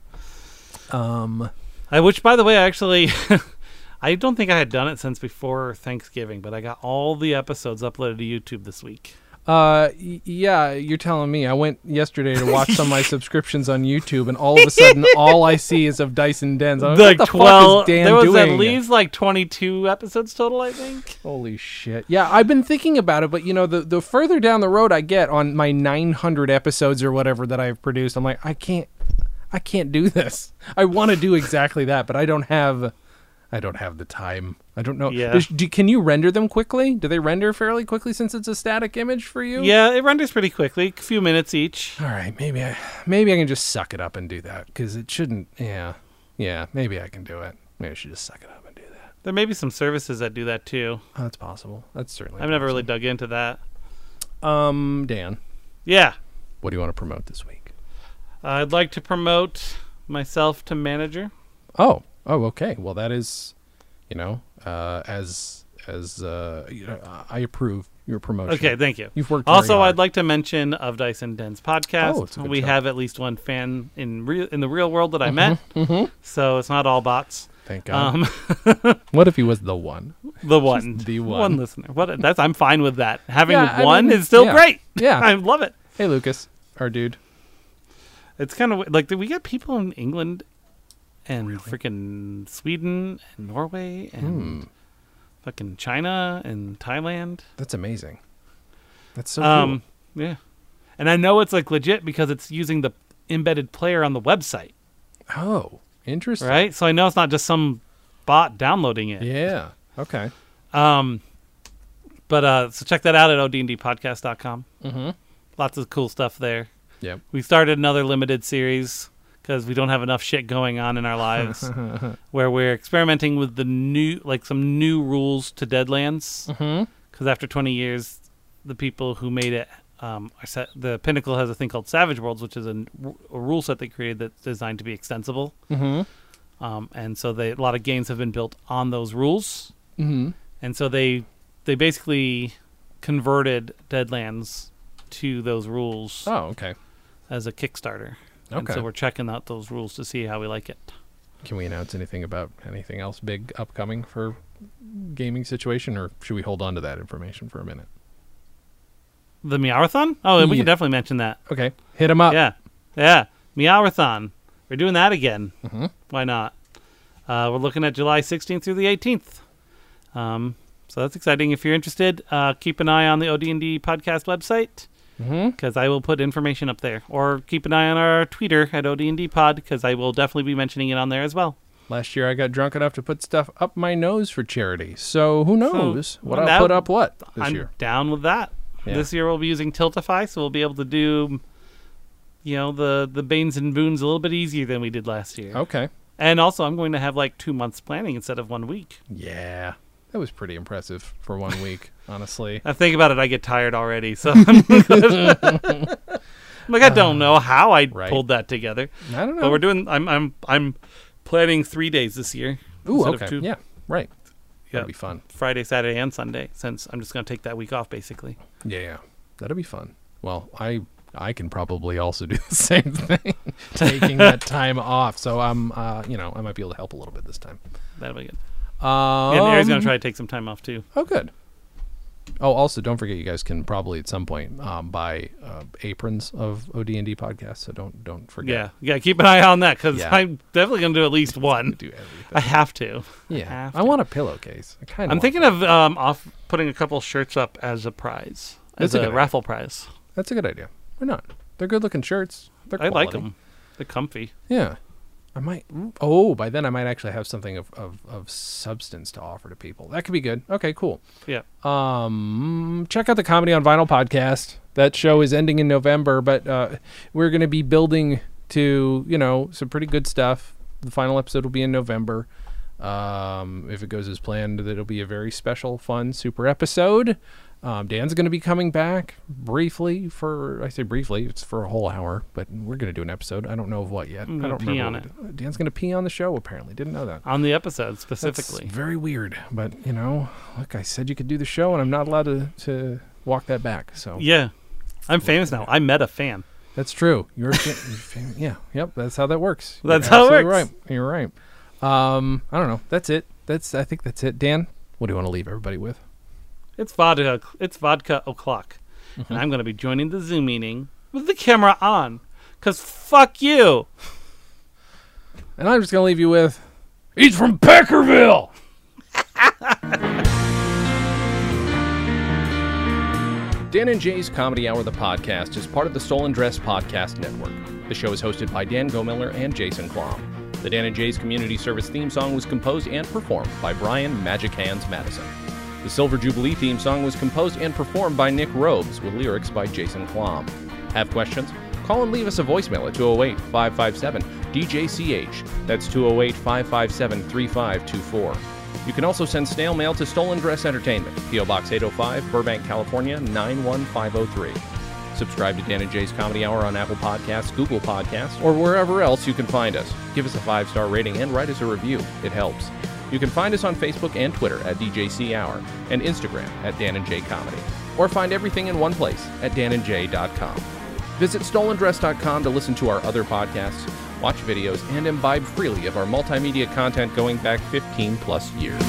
Speaker 2: Um,
Speaker 1: I, which, by the way, I actually, [laughs] I don't think I had done it since before Thanksgiving, but I got all the episodes uploaded to YouTube this week.
Speaker 2: Uh, y- yeah, you're telling me. I went yesterday to watch some
Speaker 1: [laughs]
Speaker 2: of my subscriptions on YouTube, and all of a sudden, all I see is of Dyson Dens. I'm
Speaker 1: Like
Speaker 2: like, Oh, what the fuck is Dan
Speaker 1: there was
Speaker 2: doing?
Speaker 1: at least like twenty-two episodes total, I think.
Speaker 2: Holy shit! Yeah, I've been thinking about it, but you know, the the further down the road I get on my 900 episodes or whatever that I've produced, I'm like, I can't, I can't do this. I want to do exactly that, but I don't have, I don't have the time. I don't know.
Speaker 1: Yeah.
Speaker 2: Does- do, can you render them quickly? Do they render fairly quickly since it's a static image for you?
Speaker 1: Yeah, it renders pretty quickly, a few minutes each.
Speaker 2: All right, maybe I maybe I can just suck it up and do that because it shouldn't. Yeah, yeah, maybe I can do it. Maybe I should just suck it up and do that.
Speaker 1: There may be some services that do that too.
Speaker 2: Oh, that's possible. That's certainly.
Speaker 1: I've never really dug into that.
Speaker 2: Um, Dan,
Speaker 1: Yeah,
Speaker 2: what do you want to promote this week?
Speaker 1: I'd like to promote myself to manager.
Speaker 2: Oh, oh, okay. Well, that is, you know, uh, as as uh, you know, I- I approve your promotion.
Speaker 1: Okay, thank you.
Speaker 2: You've worked very
Speaker 1: Also,
Speaker 2: hard.
Speaker 1: I'd like to mention of Dyson Den's
Speaker 2: Oh,
Speaker 1: podcast.
Speaker 2: it's a good
Speaker 1: we
Speaker 2: show.
Speaker 1: have at least one fan in real in the real world that I met,
Speaker 2: Mm-hmm,
Speaker 1: so it's not all bots.
Speaker 2: Thank
Speaker 1: Um,
Speaker 2: God.
Speaker 1: [laughs]
Speaker 2: what if he was the one?
Speaker 1: the one,
Speaker 2: [laughs] the
Speaker 1: one
Speaker 2: one.
Speaker 1: listener. What? That's I'm fine with that. Having
Speaker 2: Yeah, I
Speaker 1: one
Speaker 2: mean,
Speaker 1: is still
Speaker 2: yeah.
Speaker 1: great. [laughs]
Speaker 2: Yeah.
Speaker 1: I love it.
Speaker 2: Hey, Lucas, our dude.
Speaker 1: It's kind of like we got people in England and freaking Sweden and Norway
Speaker 2: Hmm.
Speaker 1: and fucking China and Thailand.
Speaker 2: That's amazing. That's so
Speaker 1: Um, yeah, and I know it's like legit because it's using the embedded player on the website.
Speaker 2: cool. Oh, interesting.
Speaker 1: right? So I know it's not just some bot downloading it.
Speaker 2: Yeah. Okay.
Speaker 1: Um, but uh, so check that out at odndpodcast.com. Mm-hmm. Lots of cool stuff there.
Speaker 2: Yep.
Speaker 1: We started another limited series because we don't have enough shit going on in our lives,
Speaker 2: [laughs]
Speaker 1: [laughs] where we're experimenting with the new, like some new rules to Deadlands.
Speaker 2: Mm-hmm.
Speaker 1: Because after 20 years, the people who made it. Um, are set, the Pinnacle has a thing called Savage Worlds, which is a, n- a rule set they created that's designed to be extensible.
Speaker 2: Mm-hmm.
Speaker 1: um, and so they, a lot of games have been built on those rules
Speaker 2: Mm-hmm.
Speaker 1: and so they they basically converted deadlands to those rules
Speaker 2: Oh, okay.
Speaker 1: as a kickstarter and
Speaker 2: Okay.
Speaker 1: so we're checking out those rules to see how we like it
Speaker 2: Can we announce anything about anything else big upcoming for gaming situation, or should we hold on to that information for a minute?
Speaker 1: the meowathon oh we
Speaker 2: Yeah. Uh,
Speaker 1: can definitely mention that
Speaker 2: Okay, hit him up.
Speaker 1: yeah yeah meowathon we're doing that again
Speaker 2: Mm-hmm.
Speaker 1: why not uh, we're looking at july 16th through the 18th um, so that's exciting if you're interested uh, keep an eye on the od&d podcast website
Speaker 2: Mhm.
Speaker 1: because I will put information up there. Or keep an eye on our Twitter at OD&D Pod because I will definitely be mentioning it on there as well.
Speaker 2: Last year, I got drunk enough to put stuff up my nose for charity. So who knows what
Speaker 1: well,
Speaker 2: I'll
Speaker 1: that-
Speaker 2: put up what this
Speaker 1: I'm
Speaker 2: year?
Speaker 1: down with that.
Speaker 2: Yeah.
Speaker 1: This year we'll be using Tiltify, so we'll be able to
Speaker 2: Oh.
Speaker 1: do, you know, the the Banes and Boons a little bit easier than we did last year.
Speaker 2: Okay,
Speaker 1: And also, I'm going to have like two months planning instead of one week.
Speaker 2: Yeah. That was pretty impressive for one week,
Speaker 1: [laughs]
Speaker 2: honestly.
Speaker 1: I think about it, I get tired already. So [laughs] I'm like, I don't know how I
Speaker 2: Uh, Right.
Speaker 1: pulled that together,
Speaker 2: I don't know.
Speaker 1: but we're doing. I'm I'm I'm planning three days this year.
Speaker 2: Ooh,
Speaker 1: instead of
Speaker 2: okay.
Speaker 1: two.
Speaker 2: Yeah, right.
Speaker 1: Yeah.
Speaker 2: That'd be fun.
Speaker 1: Friday, Saturday, and Sunday. Since I'm just going to take that week off, basically.
Speaker 2: Yeah, yeah. That'd be fun. Well, I I can probably also [laughs] do the same thing, [laughs] taking
Speaker 1: [laughs]
Speaker 2: that time off. So I'm, uh, you know, I might be able to help a little bit this time.
Speaker 1: That'll be good.
Speaker 2: Um,
Speaker 1: And Mary's going to try to take some time off too.
Speaker 2: Oh, good. Oh, also, don't forget you guys can probably at some point um, buy uh, aprons of OD and D podcast. So don't don't forget.
Speaker 1: Yeah, yeah. Keep an eye on that because
Speaker 2: Yeah.
Speaker 1: I'm definitely going to do at least one.
Speaker 2: do everything.
Speaker 1: I have to. I,
Speaker 2: Yeah,
Speaker 1: have
Speaker 2: I
Speaker 1: to.
Speaker 2: want a pillowcase. I kind of.
Speaker 1: I'm thinking of um, off putting a couple shirts up as a prize, as
Speaker 2: That's a good
Speaker 1: a,
Speaker 2: idea.
Speaker 1: raffle prize.
Speaker 2: That's a good idea. Why not? They're good looking shirts. They're
Speaker 1: I like
Speaker 2: quality.
Speaker 1: them. They're comfy.
Speaker 2: Yeah. I might. Oh, by then I might actually have something of, of, of substance to offer to people. That could be good. Okay, cool.
Speaker 1: Yeah.
Speaker 2: Uh, Um, check out the Comedy on Vinyl podcast. That show is ending in November, but uh, we're going to be building to, you know, some pretty good stuff. The final episode will be in November. Um, if it goes as planned, it'll be a very special, fun, super episode. Um, Dan's going to be coming back briefly for, I say briefly, it's for a whole hour, but we're going to do an episode. I don't know of what yet.
Speaker 1: I'm gonna
Speaker 2: I don't
Speaker 1: pee
Speaker 2: remember.
Speaker 1: on
Speaker 2: what we- Dan's going to pee on the show, apparently. Didn't know that.
Speaker 1: On the episode
Speaker 2: That's
Speaker 1: specifically.
Speaker 2: very weird, but you know, look, I said you could do the show, and I'm not allowed to, to walk that back. So
Speaker 1: yeah. I'm famous now. I met a fan.
Speaker 2: that's true. You're, fa- you're fam- yeah, yep. That's how that works. You're
Speaker 1: That's how it
Speaker 2: absolutely
Speaker 1: works.
Speaker 2: Right, you're right. Um, I don't know. That's it. That's I think that's it. Dan, what do you want to leave everybody with?
Speaker 1: It's vodka. It's vodka o'clock,
Speaker 2: Mm-hmm.
Speaker 1: and I'm going to be joining the Zoom meeting with the camera on, cause fuck you.
Speaker 2: And I'm just gonna leave you with, he's from Peckerville. Dan and Jay's Comedy Hour, the podcast, is part of the Stolen Dress Podcast Network. The show is hosted by Dan Gomiller and Jason Klom. The Dan and Jay's community service theme song was composed and performed by Brian Magic Hands Madison. The Silver Jubilee theme song was composed and performed by Nick Robes with lyrics by Jason Klom. Have questions? Call and leave us a voicemail at 208 557 DJCH. That's 208 557 3524. You can also send snail mail to Stolen Dress Entertainment, P.O. Box 805, Burbank, California 91503. Subscribe to Dan and Jay's Comedy Hour on Apple Podcasts, Google Podcasts, or wherever else you can find us. Give us a five star rating and write us a review, it helps. You can find us on Facebook and Twitter at DJC Hour and Instagram at Dan and Jay Comedy. Or find everything in one place at danandjay.com. Visit stolendress.com to listen to our other podcasts, watch videos, and imbibe freely of our multimedia content going back 15 plus years.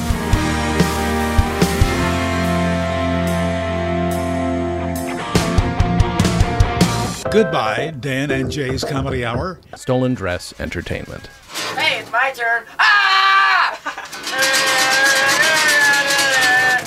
Speaker 7: Goodbye, Dan and Jay's Comedy Hour.
Speaker 2: Stolen Dress Entertainment.
Speaker 8: Hey, it's my turn. Ah!